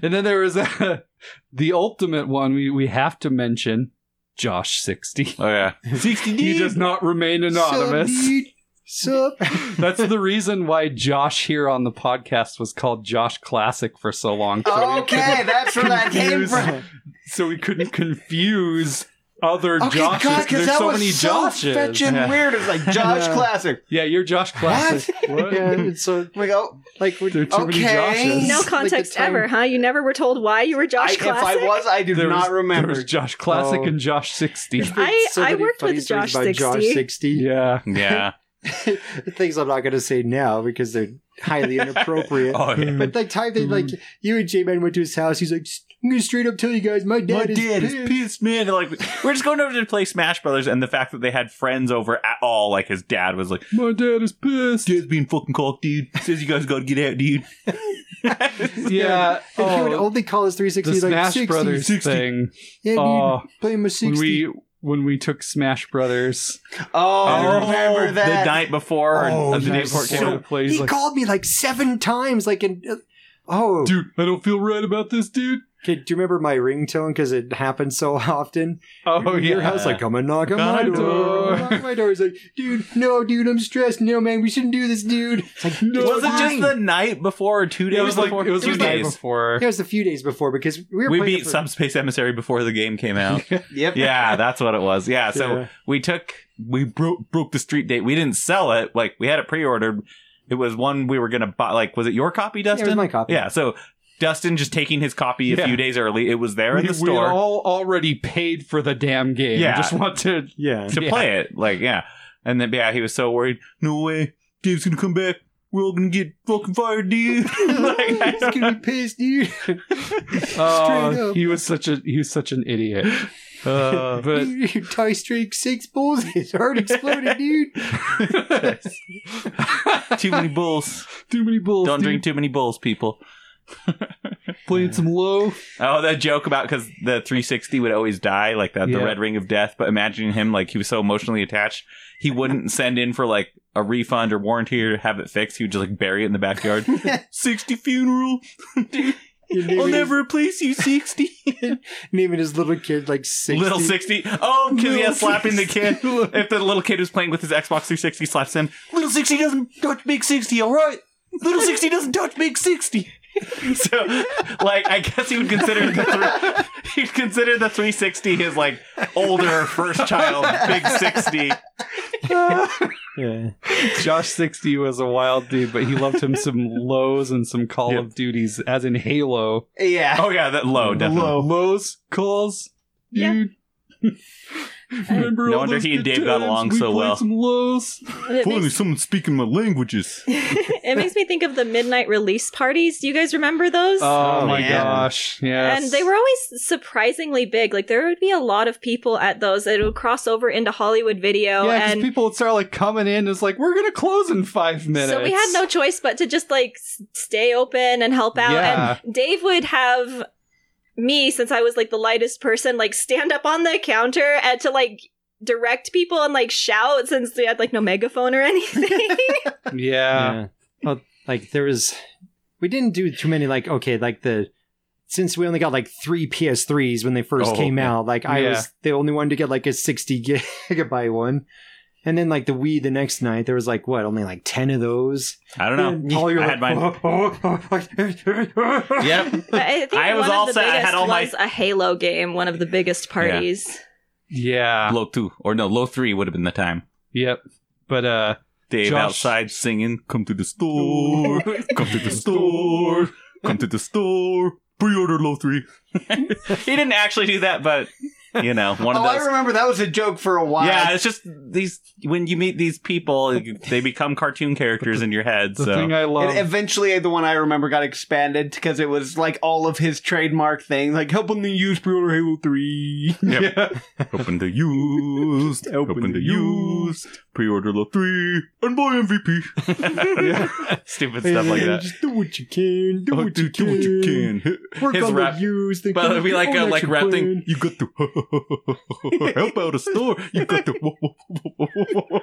Speaker 1: And then there was uh the ultimate one we, we have to mention, Josh sixty.
Speaker 2: Oh, yeah. 60
Speaker 1: He does not remain anonymous.
Speaker 3: Sup, dude? Sup?
Speaker 1: That's the reason why Josh here on the podcast was called Josh Classic for so long. So,
Speaker 5: Oh.
Speaker 1: we,
Speaker 5: okay, that's where that came from.
Speaker 1: so we couldn't confuse other
Speaker 5: Okay,
Speaker 1: Joshes.
Speaker 5: Oh, God, because
Speaker 1: There's
Speaker 5: that
Speaker 1: so
Speaker 5: was
Speaker 1: many
Speaker 5: so
Speaker 1: Joshes.
Speaker 5: fetching
Speaker 1: Yeah.
Speaker 5: weird. It's like Josh
Speaker 3: Yeah.
Speaker 5: Classic.
Speaker 1: yeah, you're Josh Classic. What?
Speaker 3: yeah. and So
Speaker 5: We go.
Speaker 3: like we're
Speaker 1: There are too many
Speaker 5: Okay.
Speaker 1: Joshes.
Speaker 4: No
Speaker 3: Like the
Speaker 4: context
Speaker 3: time-
Speaker 4: ever, huh? You never were told why you were
Speaker 5: I,
Speaker 4: Josh
Speaker 5: if
Speaker 4: Classic.
Speaker 5: I was, I do
Speaker 1: There was-
Speaker 5: not
Speaker 1: There
Speaker 5: remember.
Speaker 1: was Josh Classic
Speaker 3: Oh.
Speaker 1: and Josh 60.
Speaker 4: I-
Speaker 3: so
Speaker 4: I
Speaker 3: many
Speaker 4: worked
Speaker 3: funny
Speaker 4: with
Speaker 3: stories
Speaker 4: Josh
Speaker 3: about
Speaker 4: 60.
Speaker 3: Josh 60.
Speaker 1: Yeah.
Speaker 2: Yeah.
Speaker 3: Things I'm not going to say now because they're highly inappropriate.
Speaker 2: Oh, yeah.
Speaker 1: mm.
Speaker 3: But like time they like you and J Man went to his house, he's like, "Shh, I'm gonna straight up tell you guys, my dad,
Speaker 2: My
Speaker 3: is,
Speaker 2: dad is
Speaker 3: pissed.
Speaker 2: pissed, man. Like we're just going over to play Smash Brothers, and the fact that they had friends over at all, like his dad was like,
Speaker 1: My dad is pissed.
Speaker 2: "Dad's being fucking cocked, dude. Says you guys got to get out, dude."
Speaker 1: Yeah.
Speaker 3: And he would
Speaker 1: Oh,
Speaker 3: only call us
Speaker 1: the
Speaker 3: 360 like
Speaker 1: Smash
Speaker 3: 60.
Speaker 1: Brothers
Speaker 2: 60.
Speaker 1: thing.
Speaker 3: Yeah, dude,
Speaker 1: Oh,
Speaker 3: play him a
Speaker 1: when
Speaker 3: 60.
Speaker 1: we when we took Smash Brothers
Speaker 5: Oh, I remember that.
Speaker 2: the night before or
Speaker 3: Oh,
Speaker 2: the
Speaker 1: the
Speaker 2: day
Speaker 1: day
Speaker 3: nice.
Speaker 2: before.
Speaker 1: before it
Speaker 2: it came
Speaker 1: came
Speaker 2: out.
Speaker 1: out to play, he's
Speaker 3: he
Speaker 1: like,
Speaker 3: called me like seven times, like in. Oh,
Speaker 1: dude, I don't feel right about this, dude.
Speaker 3: Kid, do you remember my ringtone? Because it happened so often.
Speaker 1: Oh
Speaker 3: Your
Speaker 1: yeah.
Speaker 3: house, like, come and knock on
Speaker 2: Come
Speaker 3: my
Speaker 2: on,
Speaker 3: door.
Speaker 1: door.
Speaker 3: Knock on my door. He's like, dude, no, dude, I'm stressed. No, man, we shouldn't do this, dude. It's like, no,
Speaker 2: was it just
Speaker 3: fine.
Speaker 2: the night before or two days
Speaker 1: it was like
Speaker 2: before?
Speaker 1: it was
Speaker 2: two
Speaker 1: the day
Speaker 2: days.
Speaker 1: before.
Speaker 3: It was a few days before because we were
Speaker 2: We
Speaker 3: playing it
Speaker 2: beat
Speaker 3: for-
Speaker 2: Subspace Emissary before the game came out.
Speaker 5: Yep.
Speaker 2: yeah, that's what it was. Yeah, so
Speaker 3: Yeah.
Speaker 2: we took we broke broke the street date. We didn't sell it. Like we had it pre-ordered. It was one we were gonna buy. Like was it your copy,
Speaker 3: Yeah, it was
Speaker 2: Dustin?
Speaker 3: my copy.
Speaker 2: Yeah, so Dustin just taking his copy a
Speaker 1: Yeah.
Speaker 2: few days early. It was there in
Speaker 1: we,
Speaker 2: the
Speaker 1: we
Speaker 2: store
Speaker 1: had all already paid for the damn game.
Speaker 2: Yeah.
Speaker 1: Just want to.
Speaker 3: Yeah.
Speaker 2: to
Speaker 1: yeah.
Speaker 2: play it. Like yeah, and then yeah, he was so worried. No way, Dave's gonna come back. We're all gonna get fucking fired, dude. like, I
Speaker 3: He's
Speaker 2: don't
Speaker 3: gonna be pissed, dude.
Speaker 1: Oh,
Speaker 3: up.
Speaker 1: he was such a he was such an idiot.
Speaker 2: Uh,
Speaker 1: But
Speaker 3: Your toy streak six bulls his heart exploded, dude.
Speaker 2: too many bulls.
Speaker 1: too many bulls.
Speaker 2: Don't
Speaker 1: dude.
Speaker 2: drink too many bulls, people.
Speaker 1: Playing some low.
Speaker 2: Oh, that joke about because the 360 would always die, like that, the
Speaker 1: Yeah.
Speaker 2: red ring of death. But imagining him, like, he was so emotionally attached, he wouldn't send in for, like, a refund or warranty or have it fixed. He would just, like, bury it in the backyard. 60 funeral.
Speaker 3: You're
Speaker 2: I'll
Speaker 3: naming his-
Speaker 2: never replace you, 60.
Speaker 3: naming his little kid like six.
Speaker 2: Little 60. Oh, because yeah, slapping the kid. If the little kid who's playing with his Xbox 360 slaps him, little 60 doesn't touch big 60, all right? Little 60 doesn't touch big 60. so, like, I guess he would consider the three, he'd consider the 360 his like older first child, big 60.
Speaker 1: Ah.
Speaker 3: Yeah.
Speaker 1: Josh sixty was a wild dude, but he loved him some lows and some Call
Speaker 2: Yeah.
Speaker 1: of Duties, as in Halo.
Speaker 5: Yeah.
Speaker 2: Oh yeah, that low definitely.
Speaker 1: Lows calls,
Speaker 4: Yeah.
Speaker 1: dude. Remember
Speaker 2: No
Speaker 1: all
Speaker 2: wonder
Speaker 1: those
Speaker 2: he and
Speaker 1: good
Speaker 2: Dave got
Speaker 1: times?
Speaker 2: along
Speaker 1: We
Speaker 2: so
Speaker 1: played
Speaker 2: well.
Speaker 1: Some lows.
Speaker 4: It makes,
Speaker 2: someone's speaking my languages.
Speaker 4: it makes me think of the midnight release parties. Do you guys remember those?
Speaker 2: Uh,
Speaker 1: Oh,
Speaker 5: Oh,
Speaker 1: my
Speaker 5: yeah.
Speaker 1: gosh! Yes,
Speaker 4: And they were always surprisingly big. Like there would be a lot of people at those. It would cross over into Hollywood video,
Speaker 1: yeah, because
Speaker 4: and
Speaker 1: people would start like coming in. It's like we're gonna close in five minutes.
Speaker 4: so we had no choice but to just like s- stay open and help out.
Speaker 1: Yeah.
Speaker 4: And Dave would have me, since I was like the lightest person, like stand up on the counter and to like direct people and like shout since we had like no megaphone or anything.
Speaker 2: Uh,
Speaker 1: Yeah.
Speaker 3: yeah. Well, like there was, we didn't do too many. Like okay, like the since we only got like three PS3s when they first
Speaker 2: Oh,
Speaker 3: came
Speaker 2: yeah.
Speaker 3: out. Like I
Speaker 1: Yeah.
Speaker 3: was the only one to get like a sixty gigabyte one. And then like the Wii the next night, there was like what only like ten of those.
Speaker 2: I don't
Speaker 3: And
Speaker 2: know.
Speaker 3: Paul, you're
Speaker 2: I
Speaker 3: like,
Speaker 2: had mine. Yep.
Speaker 4: I think
Speaker 2: I
Speaker 4: one
Speaker 2: was
Speaker 4: of
Speaker 2: all
Speaker 4: the
Speaker 2: set. I had
Speaker 4: biggest
Speaker 2: all my-
Speaker 4: was a Halo game, one of the biggest parties.
Speaker 1: Yeah.
Speaker 2: Low two or no, low three would have been the time.
Speaker 1: Yep. But uh
Speaker 2: Dave
Speaker 1: Josh-
Speaker 2: outside singing, "Come to the store, come to the store, come to the store, pre-order low three. he didn't actually do that, but you know, one
Speaker 5: Oh,
Speaker 2: of
Speaker 5: I
Speaker 2: those.
Speaker 5: remember that was a joke for a while.
Speaker 2: Yeah, it's just these when you meet these people, you- they become cartoon characters in your head.
Speaker 1: the
Speaker 2: So
Speaker 1: thing I
Speaker 5: And
Speaker 1: love
Speaker 2: Um,
Speaker 5: eventually, the one I remember got expanded because it was like all of his trademark thing, like helping the use pre-order Halo Three.
Speaker 1: yeah.
Speaker 2: open the used,
Speaker 5: Open
Speaker 2: open the
Speaker 5: the
Speaker 2: used, pre-order low three, and buy MVP. Stupid stuff like that.
Speaker 3: Just do what you can.
Speaker 2: Oh,
Speaker 3: Do what you can. We're
Speaker 2: His
Speaker 3: gonna
Speaker 2: rap-
Speaker 3: use the.
Speaker 2: But it'd be like a
Speaker 3: own
Speaker 2: like
Speaker 3: action
Speaker 2: rap
Speaker 3: plan.
Speaker 2: thing. You got to help out a store. You got to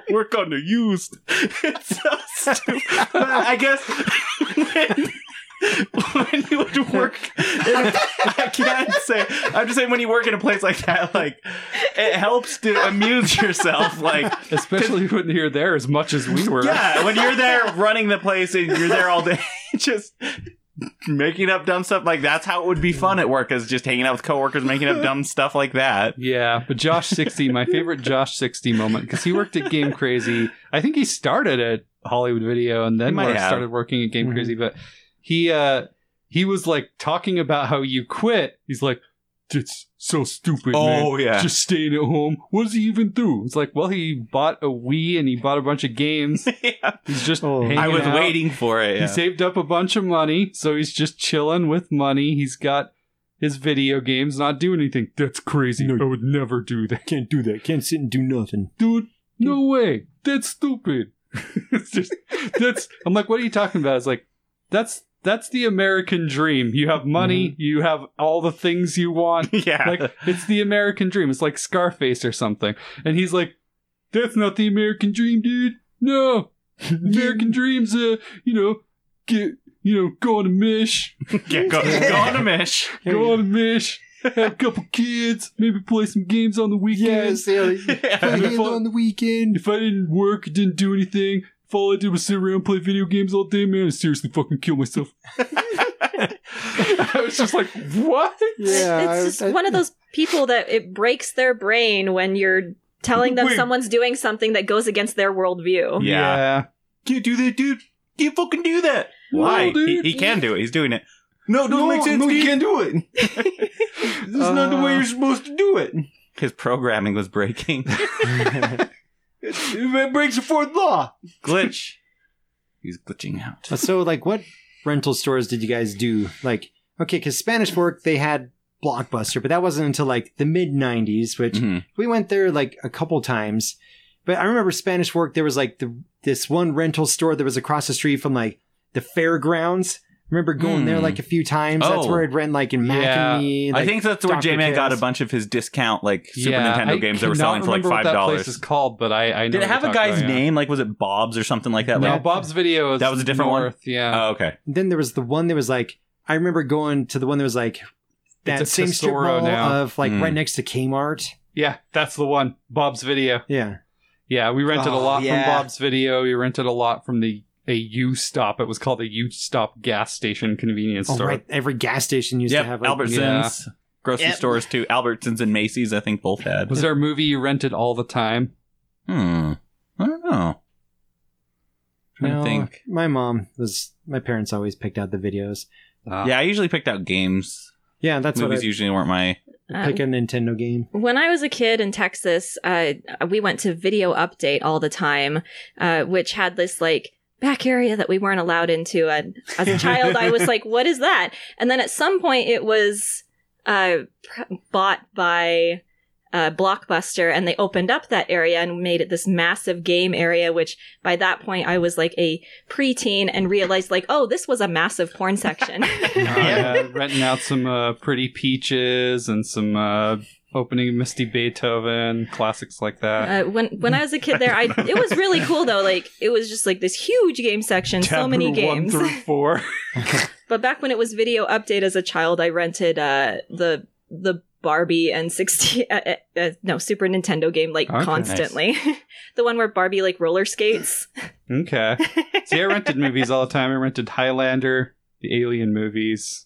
Speaker 2: work on the used. It's so stupid. But I guess when, when you would work, I can't say. I'm just saying when you work in a place like that, like it helps to amuse yourself. Like
Speaker 1: Especially when you're there as much as we were.
Speaker 2: yeah, when you're there running the place and you're there all day, just making up dumb stuff. Like that's how it would be fun at work is just hanging out with coworkers, making up dumb stuff like that.
Speaker 1: Yeah, but Josh 60, my favorite Josh 60 moment, because he worked at Game Crazy. I think he started at Hollywood Video and
Speaker 2: He
Speaker 1: then
Speaker 2: might
Speaker 1: worked-
Speaker 2: have. Mm-hmm.
Speaker 1: started working at Game
Speaker 3: Mhm.
Speaker 1: Crazy, but he uh he was like talking about how you quit. He's like, It's so stupid, man.
Speaker 2: yeah,
Speaker 1: Just staying at home. What does he even do? It's like, well, he bought a Wii and he bought a bunch of games. He's just
Speaker 3: Oh.
Speaker 1: hanging
Speaker 2: I was
Speaker 1: out.
Speaker 2: waiting for it.
Speaker 1: He
Speaker 2: yeah.
Speaker 1: saved up a bunch of money, so he's just chilling with money. He's got his video games, not do anything. That's crazy.
Speaker 7: No.
Speaker 1: I would never do that.
Speaker 7: Can't do that. Can't sit and do nothing.
Speaker 1: Dude, no way. That's stupid. it's just that's I'm like, what are you talking about? It's like that's that's the American dream. You have money, you have all the things you want.
Speaker 2: yeah.
Speaker 1: Like it's the American dream. It's like Scarface or something. And he's like, That's not the American dream, dude. No. American dreams uh, you know, get you know, go on a mish,
Speaker 2: yeah, go, go on a mish.
Speaker 1: Go on a mish. Have a couple kids. Maybe play some games on the weekends.
Speaker 3: Yes, yeah, like, play
Speaker 1: Have
Speaker 3: games
Speaker 1: fun.
Speaker 3: on the weekend.
Speaker 1: If I didn't work, didn't do anything, if all I did was sit around and play video games all day, man, I'd seriously fucking kill myself. I was just like, what?
Speaker 3: Yeah,
Speaker 4: it's just
Speaker 3: I- I-
Speaker 4: one of those people that it breaks their brain when you're telling them
Speaker 5: Wait.
Speaker 4: someone's doing something that goes against their worldview.
Speaker 2: Yeah. Can't do that, dude. You fucking do that.
Speaker 1: No,
Speaker 2: Why? He,
Speaker 1: dude.
Speaker 2: he can do it. He's doing it. No,
Speaker 5: No, no, you can't do it. This is not the way
Speaker 1: Uh.
Speaker 5: you're supposed to do it.
Speaker 2: His programming was breaking.
Speaker 5: It, it breaks the fourth law.
Speaker 2: Glitch. He's glitching out.
Speaker 3: So, like, what rental stores did you guys do? Like, okay, because Spanish Fork, they had Blockbuster, but that wasn't until like the mid 90s, which
Speaker 1: Mm-hmm.
Speaker 2: Mhm.
Speaker 3: we went there like a couple times. But I remember Spanish Fork, there was like the, this one rental store that was across the street from like the fairgrounds. remember going there
Speaker 2: Hmm.
Speaker 3: like a few times. That's
Speaker 2: Oh.
Speaker 3: where I'd rent like in Mac
Speaker 1: Yeah.
Speaker 3: and Me.
Speaker 2: I
Speaker 3: like-
Speaker 2: think that's where
Speaker 3: Dr.
Speaker 2: J Man got a
Speaker 3: Chaos.
Speaker 2: bunch of his discount, like Super Nintendo games that were
Speaker 1: cannot
Speaker 2: selling for like
Speaker 1: remember
Speaker 2: five
Speaker 1: what that place
Speaker 2: dollars.
Speaker 1: is called, but I, I know
Speaker 2: Did it
Speaker 1: what
Speaker 2: have a
Speaker 1: you're
Speaker 2: guy's
Speaker 1: talking about, yeah.
Speaker 2: name? Like, was it Bob's or something like that?
Speaker 1: No,
Speaker 2: Like,
Speaker 1: Bob's video is
Speaker 2: That was a different one?
Speaker 1: north, Yeah,
Speaker 2: oh, okay.
Speaker 3: then there was the one that was like I remember going to the one that was like that
Speaker 1: It's a
Speaker 3: same strip
Speaker 1: Tesoro
Speaker 3: mall
Speaker 1: now. Hmm.
Speaker 3: of like
Speaker 2: Mm.
Speaker 3: right next to Kmart.
Speaker 1: yeah, that's the one. Bob's video.
Speaker 3: Yeah.
Speaker 1: Yeah, we rented a
Speaker 5: Oh,
Speaker 1: lot
Speaker 5: yeah.
Speaker 1: from Bob's Video. We rented a lot from the a U stop. It was called a U stop gas station convenience
Speaker 3: Oh,
Speaker 1: store.
Speaker 3: right. Every gas station used
Speaker 2: Yep.
Speaker 3: to have like
Speaker 2: Albertsons, grocery
Speaker 5: Yep.
Speaker 2: stores too. Albertsons and Macy's, I think, both had.
Speaker 1: Was there a movie you rented all the time?
Speaker 2: Hmm. I don't know. Trying to
Speaker 3: No,
Speaker 2: think.
Speaker 3: My mom was my parents always picked out the videos.
Speaker 1: Uh,
Speaker 2: Yeah, I usually picked out games.
Speaker 3: Yeah, that's
Speaker 2: Movies
Speaker 3: what
Speaker 2: usually weren't my.
Speaker 3: I pick a Nintendo game.
Speaker 4: When I was a kid in Texas, uh, we went to Video Update all the time, uh, which had this like back area that we weren't allowed into. And as a child, I was like, "What is that?" And then at some point, it was uh, pr- bought by uh, Blockbuster, and they opened up that area and made it this massive game area. Which by that point, I was like a preteen and realized like, "Oh, this was a massive porn section."
Speaker 1: Uh, yeah, renting out some uh, pretty peaches and some uh, opening Misty Beethoven classics like that.
Speaker 4: Uh, when when I was a kid, there, I it was really cool though. Like it was just like this huge game section, so many
Speaker 1: Taboo One
Speaker 4: games.
Speaker 1: through four.
Speaker 4: But back when it was video update as a child, I rented uh, the the Barbie and sixty uh, uh, uh, no Super Nintendo game like
Speaker 1: Okay.
Speaker 4: constantly. the one where Barbie like roller skates.
Speaker 1: okay. See, I rented movies all the time. I rented Highlander, the Alien movies.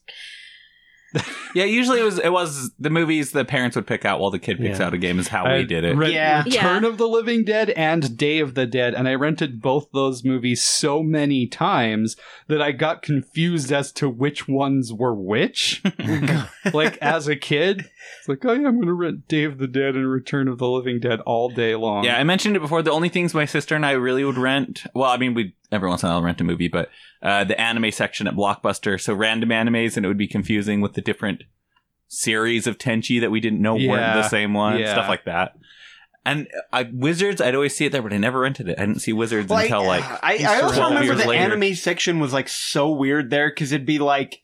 Speaker 2: Yeah, usually it was it was the movies the parents would pick out while the kid picks
Speaker 3: Yeah.
Speaker 2: out a game is how
Speaker 1: I
Speaker 2: Oh, we did it.
Speaker 1: rent-
Speaker 5: Yeah.
Speaker 1: Return of the Living Dead and Day of the Dead, and I rented both those movies so many times that I got confused as to which ones were which. like as a kid, it's like, oh yeah, I'm going to rent Day of the Dead and Return of the Living Dead all day long.
Speaker 2: Yeah, I mentioned it before. The only things my sister and I really would rent, well, I mean, we every once in a while rent a movie, but uh, the anime section at Blockbuster. So random animes, and it would be confusing with the different series of Tenchi that we didn't know weren't
Speaker 1: Yeah,
Speaker 2: the same one,
Speaker 1: yeah.
Speaker 2: stuff like that. And I, Wizards, I'd always see it there, but I never rented it. I didn't see Wizards until like
Speaker 5: I, I also
Speaker 2: 12
Speaker 5: remember
Speaker 2: years
Speaker 5: the
Speaker 2: later.
Speaker 5: anime section was like so weird there because it'd be like,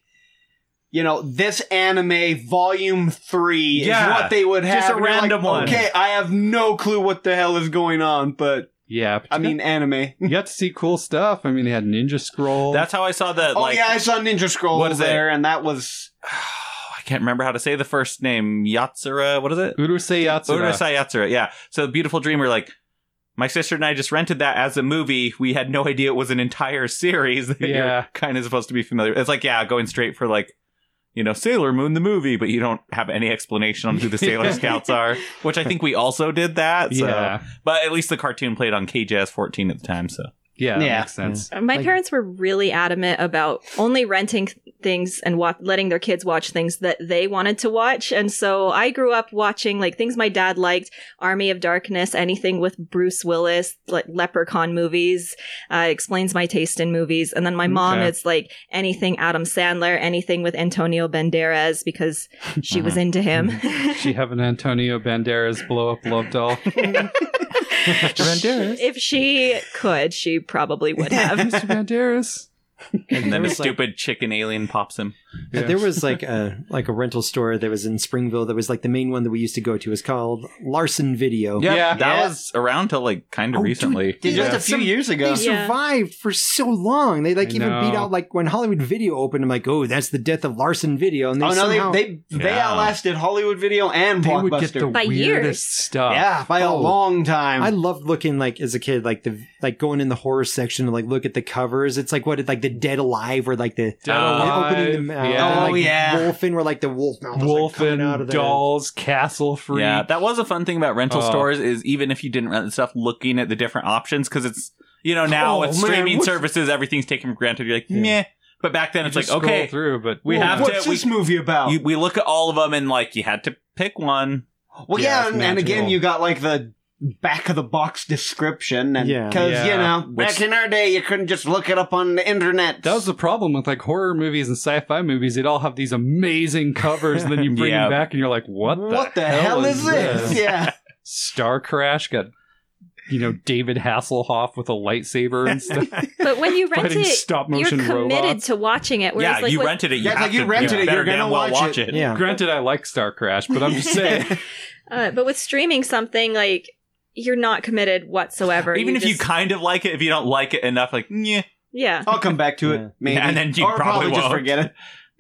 Speaker 5: you know, this anime volume three
Speaker 2: Yeah.
Speaker 5: is what they would have.
Speaker 2: Just a
Speaker 5: and you're like,
Speaker 2: random one.
Speaker 5: Okay, I have no clue what the hell is going on, but
Speaker 1: yeah. but
Speaker 5: I
Speaker 1: you
Speaker 5: mean anime.
Speaker 1: got- you got to see cool stuff. I mean, they had Ninja Scroll.
Speaker 2: that's how I saw the
Speaker 5: oh
Speaker 2: like.
Speaker 5: yeah, I saw Ninja Scroll
Speaker 2: What is it?
Speaker 5: there, and that was
Speaker 2: I can't remember how to say the first name. Yatsura, what is it?
Speaker 1: Urusei Yatsura.
Speaker 2: Urasai Yatsura, yeah. So Beautiful Dreamer, like my sister and I just rented that as a movie. We had no idea it was an entire series that
Speaker 1: Yeah.
Speaker 2: you're kind of supposed to be familiar. It's like, yeah, going straight for like, you know, Sailor Moon the movie, but you don't have any explanation on who the Sailor Scouts are, which I think we also did that. So.
Speaker 1: Yeah.
Speaker 2: But at least the cartoon played on KJS 14 at the time, so.
Speaker 1: Yeah, that
Speaker 5: Yeah.
Speaker 1: makes sense.
Speaker 4: My
Speaker 3: Like-
Speaker 4: parents were really adamant about only renting things and wa- letting their kids watch things that they wanted to watch. And so I grew up watching like things my dad liked Army of Darkness, anything with Bruce Willis, like leprechaun movies, uh, explains my taste in movies. And then my mom
Speaker 1: Okay.
Speaker 4: is like anything Adam Sandler, anything with Antonio Banderas because she was into him.
Speaker 1: She have an Antonio Banderas blow up love doll. Banderas.
Speaker 4: if she could, she probably would have.
Speaker 1: Mr. Banderas.
Speaker 2: And
Speaker 3: there
Speaker 2: then the
Speaker 3: was, like-
Speaker 2: stupid chicken alien pops him.
Speaker 1: Yeah.
Speaker 3: Uh, There was like a like a rental store that was in Springville that was like the main one that we used to go to. It was called Larson Video.
Speaker 2: Yeah,
Speaker 1: Yeah.
Speaker 2: that
Speaker 5: Yeah.
Speaker 2: was around till like kind of
Speaker 3: Oh, dude,
Speaker 2: recently.
Speaker 5: Dude,
Speaker 1: Yeah.
Speaker 5: Just a few years ago.
Speaker 3: They
Speaker 4: Yeah.
Speaker 3: survived for so long. They like
Speaker 1: I
Speaker 3: even beat
Speaker 1: know.
Speaker 3: out like when Hollywood Video opened. I'm like, oh, that's the death of Larson Video. And they
Speaker 5: oh no,
Speaker 3: somehow-
Speaker 5: they they, they
Speaker 2: Yeah.
Speaker 5: outlasted Hollywood Video and
Speaker 1: They
Speaker 5: Blockbuster.
Speaker 1: would get the
Speaker 4: By
Speaker 1: weirdest
Speaker 4: years.
Speaker 1: stuff.
Speaker 5: yeah, by
Speaker 3: Oh.
Speaker 5: a long time.
Speaker 3: I loved looking like as a kid, like the like going in the horror section and like look at the covers. It's like what like the Dead Alive or like the
Speaker 1: Dead
Speaker 2: Uh,
Speaker 1: Alive,
Speaker 3: Oh, opening the mouth.
Speaker 1: yeah.
Speaker 3: and,
Speaker 5: Oh,
Speaker 3: like,
Speaker 5: yeah.
Speaker 3: Wolfen were like the wolf mouth was, like,
Speaker 1: Wolf
Speaker 3: coming
Speaker 1: and
Speaker 3: out of the
Speaker 1: dolls, castle free.
Speaker 2: Yeah, that was a fun thing about rental
Speaker 1: Oh.
Speaker 2: stores is even if you didn't rent the stuff, looking at the different options because it's you know now
Speaker 3: Oh,
Speaker 2: with
Speaker 3: man,
Speaker 2: streaming
Speaker 3: what's-
Speaker 2: services everything everything's taken for granted. You're like
Speaker 3: Yeah.
Speaker 2: meh, but back then it's like okay,
Speaker 1: through, but
Speaker 2: we
Speaker 5: Well,
Speaker 2: have
Speaker 5: what's
Speaker 2: to we,
Speaker 5: this movie about?
Speaker 2: you, we look at all of them and like you had to pick one.
Speaker 5: well,
Speaker 1: Yeah,
Speaker 5: yeah,
Speaker 1: it's
Speaker 5: and, and again,
Speaker 1: magical.
Speaker 5: you got like the back of the box description, and
Speaker 3: Yeah.
Speaker 5: because
Speaker 1: Yeah.
Speaker 5: you know
Speaker 2: Which-
Speaker 5: back in our day, you couldn't just look it up on the internet.
Speaker 1: That was the problem with like horror movies and sci-fi movies. They'd all have these amazing covers, and then you bring them
Speaker 2: Yeah.
Speaker 1: back, and you're like, "What? The
Speaker 5: what the, hell, is this? yeah,
Speaker 1: Star Crash got, you know, David Hasselhoff with a lightsaber and stuff,
Speaker 4: But when you rent
Speaker 1: fighting
Speaker 4: it,
Speaker 1: stop
Speaker 4: you're
Speaker 1: motion
Speaker 4: committed
Speaker 1: robots.
Speaker 4: to watching it. Whereas,
Speaker 2: yeah,
Speaker 4: like,
Speaker 2: you
Speaker 4: with-
Speaker 2: rented it. You
Speaker 5: Yeah, it's
Speaker 2: have
Speaker 5: like you
Speaker 2: to,
Speaker 5: rented it,
Speaker 2: better
Speaker 5: you're gonna
Speaker 2: damn well
Speaker 5: watch
Speaker 2: watch
Speaker 5: it.
Speaker 2: it.
Speaker 3: Yeah.
Speaker 1: Granted, I like Star Crash, but I'm just saying,
Speaker 4: uh, but with streaming something like you're not committed whatsoever.
Speaker 2: Even if you
Speaker 4: just-
Speaker 2: kind of like it, if you don't like it enough, like meh.
Speaker 4: yeah,
Speaker 5: I'll come back to
Speaker 3: Yeah.
Speaker 5: it, maybe,
Speaker 2: And then you
Speaker 5: or
Speaker 2: probably
Speaker 5: probably, just
Speaker 2: won't.
Speaker 5: forget it.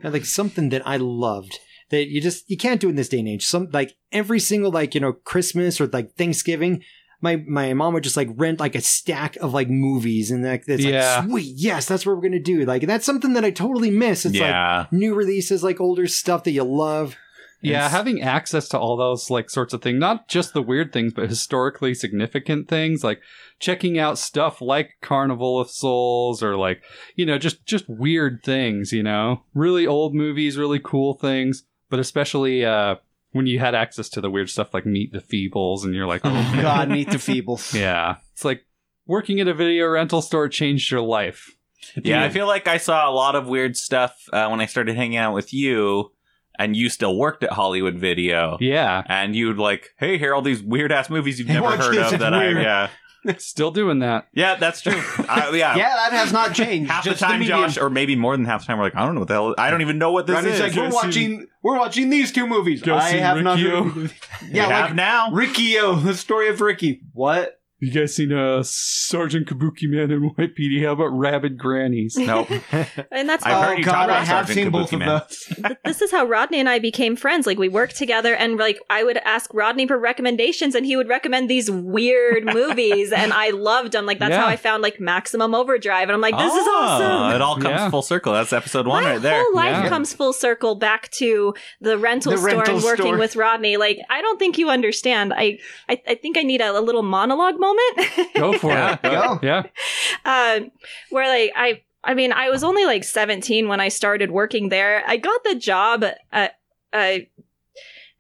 Speaker 3: And, like something that I loved that you just you can't do in this day and age. Some like every single like you know Christmas or like Thanksgiving. My, my mom would just like rent like a stack of like movies and like it's
Speaker 1: Yeah.
Speaker 3: like sweet yes that's what we're gonna do like and that's something that I totally miss it's like
Speaker 2: yeah,
Speaker 3: new releases like older stuff that you love
Speaker 1: yeah,
Speaker 3: Yes.
Speaker 1: having access to all those like sorts of things, not just the weird things, but historically significant things, like checking out stuff like Carnival of Souls or like, you know, just just weird things, you know. Really old movies, really cool things, but especially uh when you had access to the weird stuff like Meet the Feebles and you're like, oh,
Speaker 5: God, meet the feebles.
Speaker 1: yeah. It's like working at a video rental store changed your life.
Speaker 2: yeah, I feel like I saw a lot of weird stuff uh, when I started hanging out with you, and you still worked at Hollywood Video.
Speaker 1: Yeah.
Speaker 2: and you'd like, hey, here are all these weird ass movies you've
Speaker 5: Hey,
Speaker 2: never
Speaker 5: watch
Speaker 2: heard
Speaker 5: this,
Speaker 2: of
Speaker 5: it's
Speaker 2: that
Speaker 5: weird.
Speaker 2: I yeah
Speaker 1: Still doing that.
Speaker 2: yeah that's true I, yeah.
Speaker 5: Yeah, that has not changed.
Speaker 2: half the
Speaker 5: just
Speaker 2: time
Speaker 5: medium.
Speaker 2: Josh or maybe more than half the time we're like I don't know what the hell I don't even know what this
Speaker 5: Ronnie's
Speaker 2: is
Speaker 5: like, we're
Speaker 2: We
Speaker 5: watching, we're watching these two movies.
Speaker 1: Go
Speaker 5: I
Speaker 1: see
Speaker 5: have not.
Speaker 1: Riccio.
Speaker 5: Heard, yeah, like
Speaker 2: have now
Speaker 5: Riccio, the story of Ricky. What?
Speaker 1: You guys seen uh, Sergeant Kabuki Man and YPD? How about Rabid Grannies?
Speaker 2: nope
Speaker 4: and that's
Speaker 2: I
Speaker 4: all.
Speaker 2: heard
Speaker 5: oh
Speaker 2: you talk
Speaker 5: God,
Speaker 2: about
Speaker 5: I have
Speaker 2: Sergeant
Speaker 5: seen both
Speaker 2: Kabuki
Speaker 5: of
Speaker 2: Man.
Speaker 5: those.
Speaker 4: This is how Rodney and I became friends. Like we worked together, and like I would ask Rodney for recommendations, and he would recommend these weird movies, and I loved them. Like that's
Speaker 1: Yeah.
Speaker 4: how I found like Maximum Overdrive, and I'm like, this is
Speaker 2: Ah,
Speaker 4: awesome.
Speaker 2: it all comes
Speaker 1: Yeah.
Speaker 2: full circle that's episode one
Speaker 4: My
Speaker 2: right there
Speaker 4: whole life
Speaker 1: Yeah.
Speaker 4: comes full circle back to the rental
Speaker 5: The
Speaker 4: store
Speaker 5: rental
Speaker 4: and working
Speaker 5: store.
Speaker 4: with Rodney. Like, I don't think you understand. I, I, I think I need a, a little monologue moment.
Speaker 1: Go for
Speaker 2: Yeah,
Speaker 1: it.
Speaker 5: go.
Speaker 1: Yeah.
Speaker 4: um, where like I I mean I was only like 17 when I started working there. I got the job uh uh,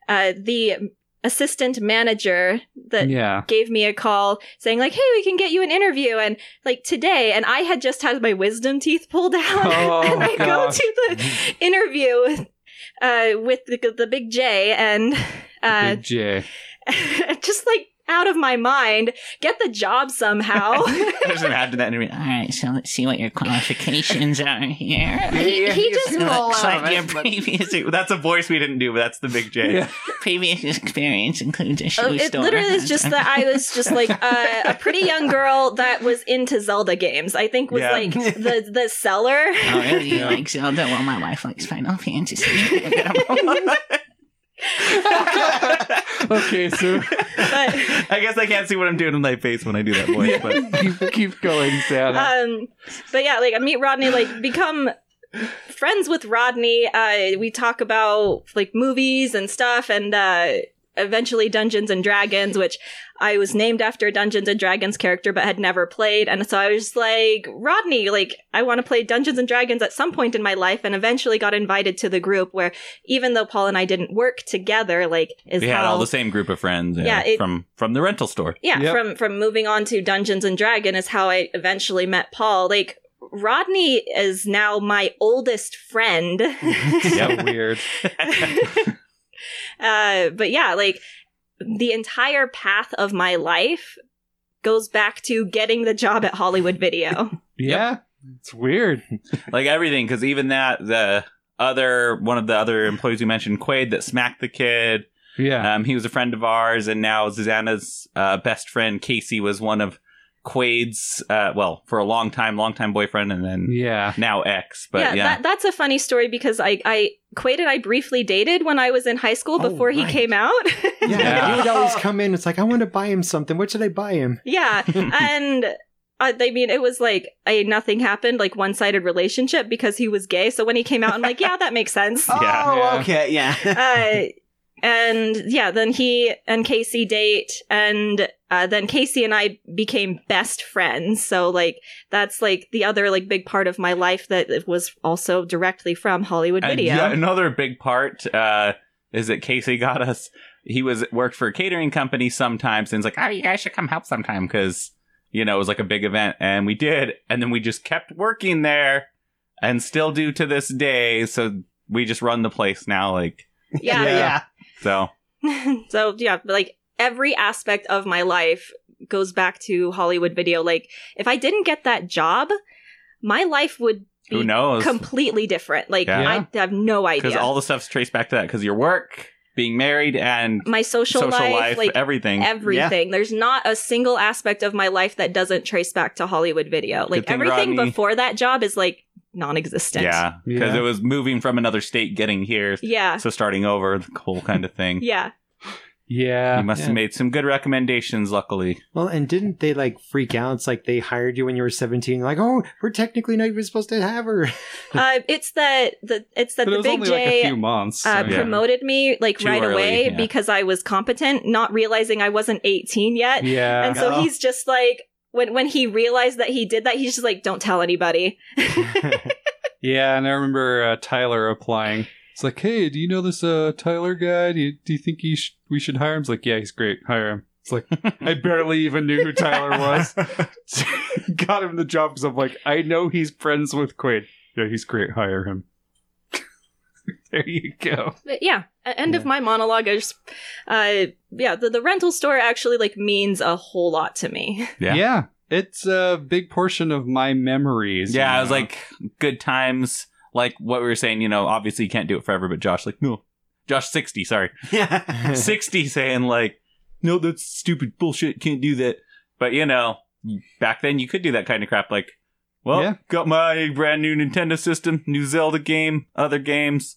Speaker 4: uh the assistant manager that
Speaker 1: Yeah.
Speaker 4: gave me a call saying like hey we can get you an interview and like today and i had just had my wisdom teeth pulled out
Speaker 1: Oh,
Speaker 4: and i go
Speaker 1: gosh.
Speaker 4: to the interview with, uh, with the, the big j and uh,
Speaker 1: Big J.
Speaker 4: just like out of my mind get the job somehow
Speaker 2: I just imagine that interview.
Speaker 8: All right, so let's see what your qualifications are here.
Speaker 4: he, he just
Speaker 5: It
Speaker 8: Looks
Speaker 5: looks
Speaker 8: like
Speaker 5: like
Speaker 8: your
Speaker 5: it, but-
Speaker 8: previous,
Speaker 2: That's a voice we didn't do, but that's the big J.
Speaker 1: Yeah.
Speaker 8: previous experience includes a shoe
Speaker 4: Oh, it
Speaker 8: store.
Speaker 4: literally is just that I was just like uh, a pretty young girl that was into Zelda games. I think was
Speaker 2: Yeah.
Speaker 4: like the the seller.
Speaker 8: Oh, really? You like Zelda? Well, my wife likes Final Fantasy.
Speaker 1: Okay, so
Speaker 4: But
Speaker 2: I guess I can't see what I'm doing in my face when I do that voice, but
Speaker 1: keep, keep going, Santa.
Speaker 4: um, but yeah, like I meet Rodney, like become friends with Rodney. Uh, we talk about like movies and stuff, and uh, eventually Dungeons and Dragons, which I was named after a Dungeons and Dragons character but had never played. And so I was like, Rodney, like, I want to play Dungeons and Dragons at some point in my life. And eventually got invited to the group where even though Paul and I didn't work together, like, is
Speaker 2: we
Speaker 4: how.
Speaker 2: had all the same group of friends yeah,
Speaker 4: Yeah, it-
Speaker 2: from from the rental store.
Speaker 4: yeah,
Speaker 1: Yep.
Speaker 4: from from moving on to Dungeons and Dragon is how I eventually met Paul. Like Rodney is now my oldest friend.
Speaker 1: yeah, weird.
Speaker 4: uh, but yeah, like the entire path of my life goes back to getting the job at Hollywood Video.
Speaker 1: Yeah, it's weird.
Speaker 2: like everything because even that the other one of the other employees we mentioned quaid that smacked the kid
Speaker 1: Yeah,
Speaker 2: um, he was a friend of ours and now susanna's uh, best friend casey was one of quaid's uh, well for a long time long time boyfriend and then
Speaker 1: yeah.
Speaker 2: now ex but yeah,
Speaker 4: That, that's a funny story because I I Quaid and I briefly dated when I was in high school
Speaker 3: Oh,
Speaker 4: before he
Speaker 3: right.
Speaker 4: came out.
Speaker 3: Yeah,
Speaker 2: Yeah.
Speaker 3: he would always come in. It's like I want to buy him something. What should I buy him?
Speaker 4: Yeah, and I, I mean, it was like a nothing happened, like one sided relationship because he was gay. So when he came out, I'm like, yeah, that makes sense.
Speaker 5: Oh,
Speaker 2: Yeah.
Speaker 1: Yeah.
Speaker 5: okay, yeah.
Speaker 4: Uh, and yeah, then he and Casey date, and uh, then Casey and I became best friends. So like that's like the other like big part of my life that it was also directly from Hollywood
Speaker 2: And
Speaker 4: Video.
Speaker 2: yeah, another big part uh, is that Casey got us. He was worked for a catering company sometimes, and he's like, "Oh, you guys should come help sometime," because you know it was like a big event, and we did, and then we just kept working there, and still do to this day. So we just run the place now, like
Speaker 4: yeah. yeah.
Speaker 2: so.
Speaker 4: so yeah, but, like every aspect of my life goes back to Hollywood video. Like if I didn't get that job, my life would be
Speaker 2: Who knows?
Speaker 4: completely different. Like
Speaker 2: Yeah.
Speaker 4: I have no
Speaker 2: Because
Speaker 4: idea.
Speaker 2: all the stuff's traced back to that. Because your work, being married, and
Speaker 4: my social,
Speaker 2: social
Speaker 4: life,
Speaker 2: life,
Speaker 4: like
Speaker 2: everything.
Speaker 4: everything. There's not a single aspect of my life that doesn't trace back to Hollywood video. Like
Speaker 2: thing
Speaker 4: everything
Speaker 2: Rodney-
Speaker 4: before that job is like non-existent.
Speaker 2: yeah, because
Speaker 1: Yeah.
Speaker 2: it was moving from another state, getting here,
Speaker 4: Yeah.
Speaker 2: so starting over, the whole kind of thing.
Speaker 4: Yeah.
Speaker 1: Yeah.
Speaker 2: You must have made some good recommendations, luckily.
Speaker 3: Well, and didn't they like freak out? It's like they hired you when you were seventeen. Like, oh, we're technically not even supposed to have her.
Speaker 4: Uh, it's that the it's that
Speaker 1: But it
Speaker 4: the
Speaker 1: was
Speaker 4: big
Speaker 1: only
Speaker 4: J
Speaker 1: like a few months. so,
Speaker 4: uh,
Speaker 1: yeah.
Speaker 4: promoted me like
Speaker 2: Too
Speaker 4: right
Speaker 2: early,
Speaker 4: away
Speaker 2: yeah.
Speaker 4: because I was competent, not realizing I wasn't 18 yet.
Speaker 1: yeah.
Speaker 4: And so
Speaker 5: Oh.
Speaker 4: he's just like, when, when he realized that he did that, he's just like, don't tell anybody.
Speaker 1: Yeah, and I remember uh, Tyler applying. It's like, hey, do you know this uh, Tyler guy? Do you, do you think he sh- we should hire him? It's like, yeah, he's great. Hire him. It's like, I barely even knew who Tyler was. Got him the job because I'm like, I know he's friends with Quaid. Yeah, he's great. Hire him. there you go.
Speaker 4: But yeah, a- end of my monologue. I just, uh, yeah, the, the rental store actually like means a whole lot to me.
Speaker 2: Yeah.
Speaker 1: it's a big portion of my memories.
Speaker 2: Yeah,
Speaker 1: you
Speaker 2: it was
Speaker 1: know?
Speaker 2: like good times. Like what we were saying, you know, obviously you can't do it forever, but Josh, like, no. Josh 60, sorry.
Speaker 5: yeah.
Speaker 2: 60 saying, like, no, that's stupid bullshit. Can't do that. But, you know, back then you could do that kind of crap. Like, well,
Speaker 1: Yeah.
Speaker 2: got my brand new Nintendo system, new Zelda game, other games,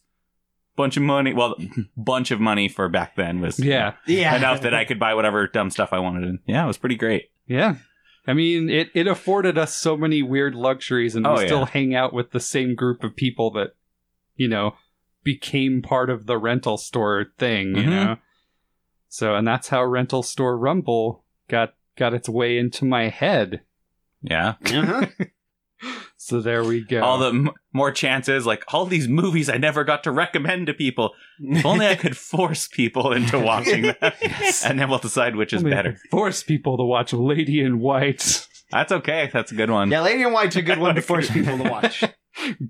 Speaker 2: bunch of money. Well, bunch of money for back then was
Speaker 1: yeah.
Speaker 5: Yeah.
Speaker 2: enough that I could buy whatever dumb stuff I wanted. And yeah, it was pretty great.
Speaker 1: Yeah. I mean, it, it afforded us so many weird luxuries, and
Speaker 2: Oh,
Speaker 1: we
Speaker 2: yeah.
Speaker 1: still hang out with the same group of people that, you know, became part of the rental store thing, you
Speaker 2: Mhm.
Speaker 1: know? So, and that's how Rental Store Rumble got got its way into my head.
Speaker 2: Yeah.
Speaker 5: Uh-huh.
Speaker 1: So there we go.
Speaker 2: all the m- more chances like all these movies i never got to recommend to people if only i could force people into watching them and then we'll decide which is
Speaker 1: Only
Speaker 2: better
Speaker 1: force people to watch Lady in White,
Speaker 2: that's okay that's a good one yeah,
Speaker 5: Yeah, Lady in White's a good one to force people to watch.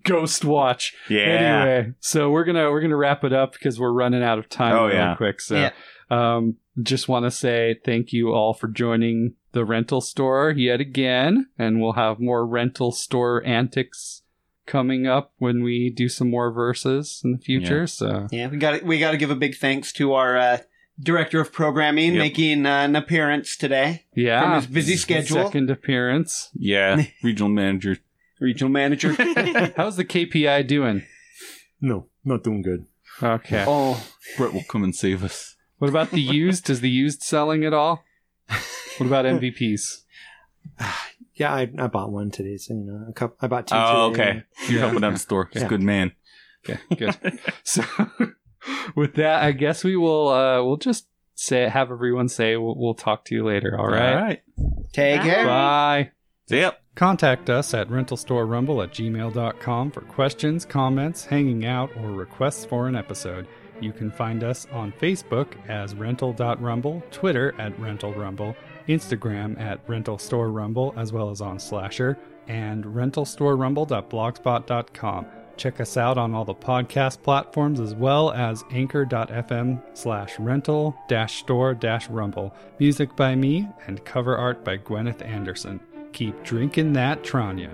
Speaker 1: Ghost Watch. Anyway, so we're gonna we're gonna wrap it up because we're running out of time
Speaker 2: Oh,
Speaker 1: really
Speaker 2: yeah.
Speaker 1: quick. So
Speaker 5: Yeah.
Speaker 1: um just wanna say thank you all for joining the rental store yet again, and we'll have more rental store antics coming up when we do some more verses in the future. So
Speaker 5: Yeah, we got we got to give a big thanks to our uh, director of programming
Speaker 2: Yep.
Speaker 5: making uh, an appearance today
Speaker 1: yeah.
Speaker 5: from his busy schedule.
Speaker 1: Second appearance.
Speaker 2: yeah regional manager
Speaker 5: Regional manager.
Speaker 1: How's the KPI doing?
Speaker 7: No, not doing good.
Speaker 1: Okay.
Speaker 5: oh,
Speaker 2: brett will come and save us
Speaker 1: What about the used? Is the used selling at all? What about MVPs?
Speaker 3: yeah, I, I bought one today, so you know, a couple. I bought two.
Speaker 2: oh
Speaker 3: today.
Speaker 2: okay you're helping out the store he's a
Speaker 3: Yeah.
Speaker 2: good man
Speaker 1: Okay, good. so with that, I guess we will uh we'll just say have everyone say we'll, we'll talk to you later. All right.
Speaker 5: Take
Speaker 4: Bye.
Speaker 5: care.
Speaker 1: Bye.
Speaker 2: See ya.
Speaker 1: Contact us at rentalstorerumble at gmail.com for questions, comments, hanging out, or requests for an episode. You can find us on Facebook as rental.rumble, Twitter at rentalrumble, Instagram at rentalstorerumble, as well as on Slasher, and rentalstorerumble.blogspot.com. Check us out on all the podcast platforms as well as anchor.fm slash rental dash store dash rumble. Music by me and cover art by Gwyneth Anderson. Keep drinking that Tranya.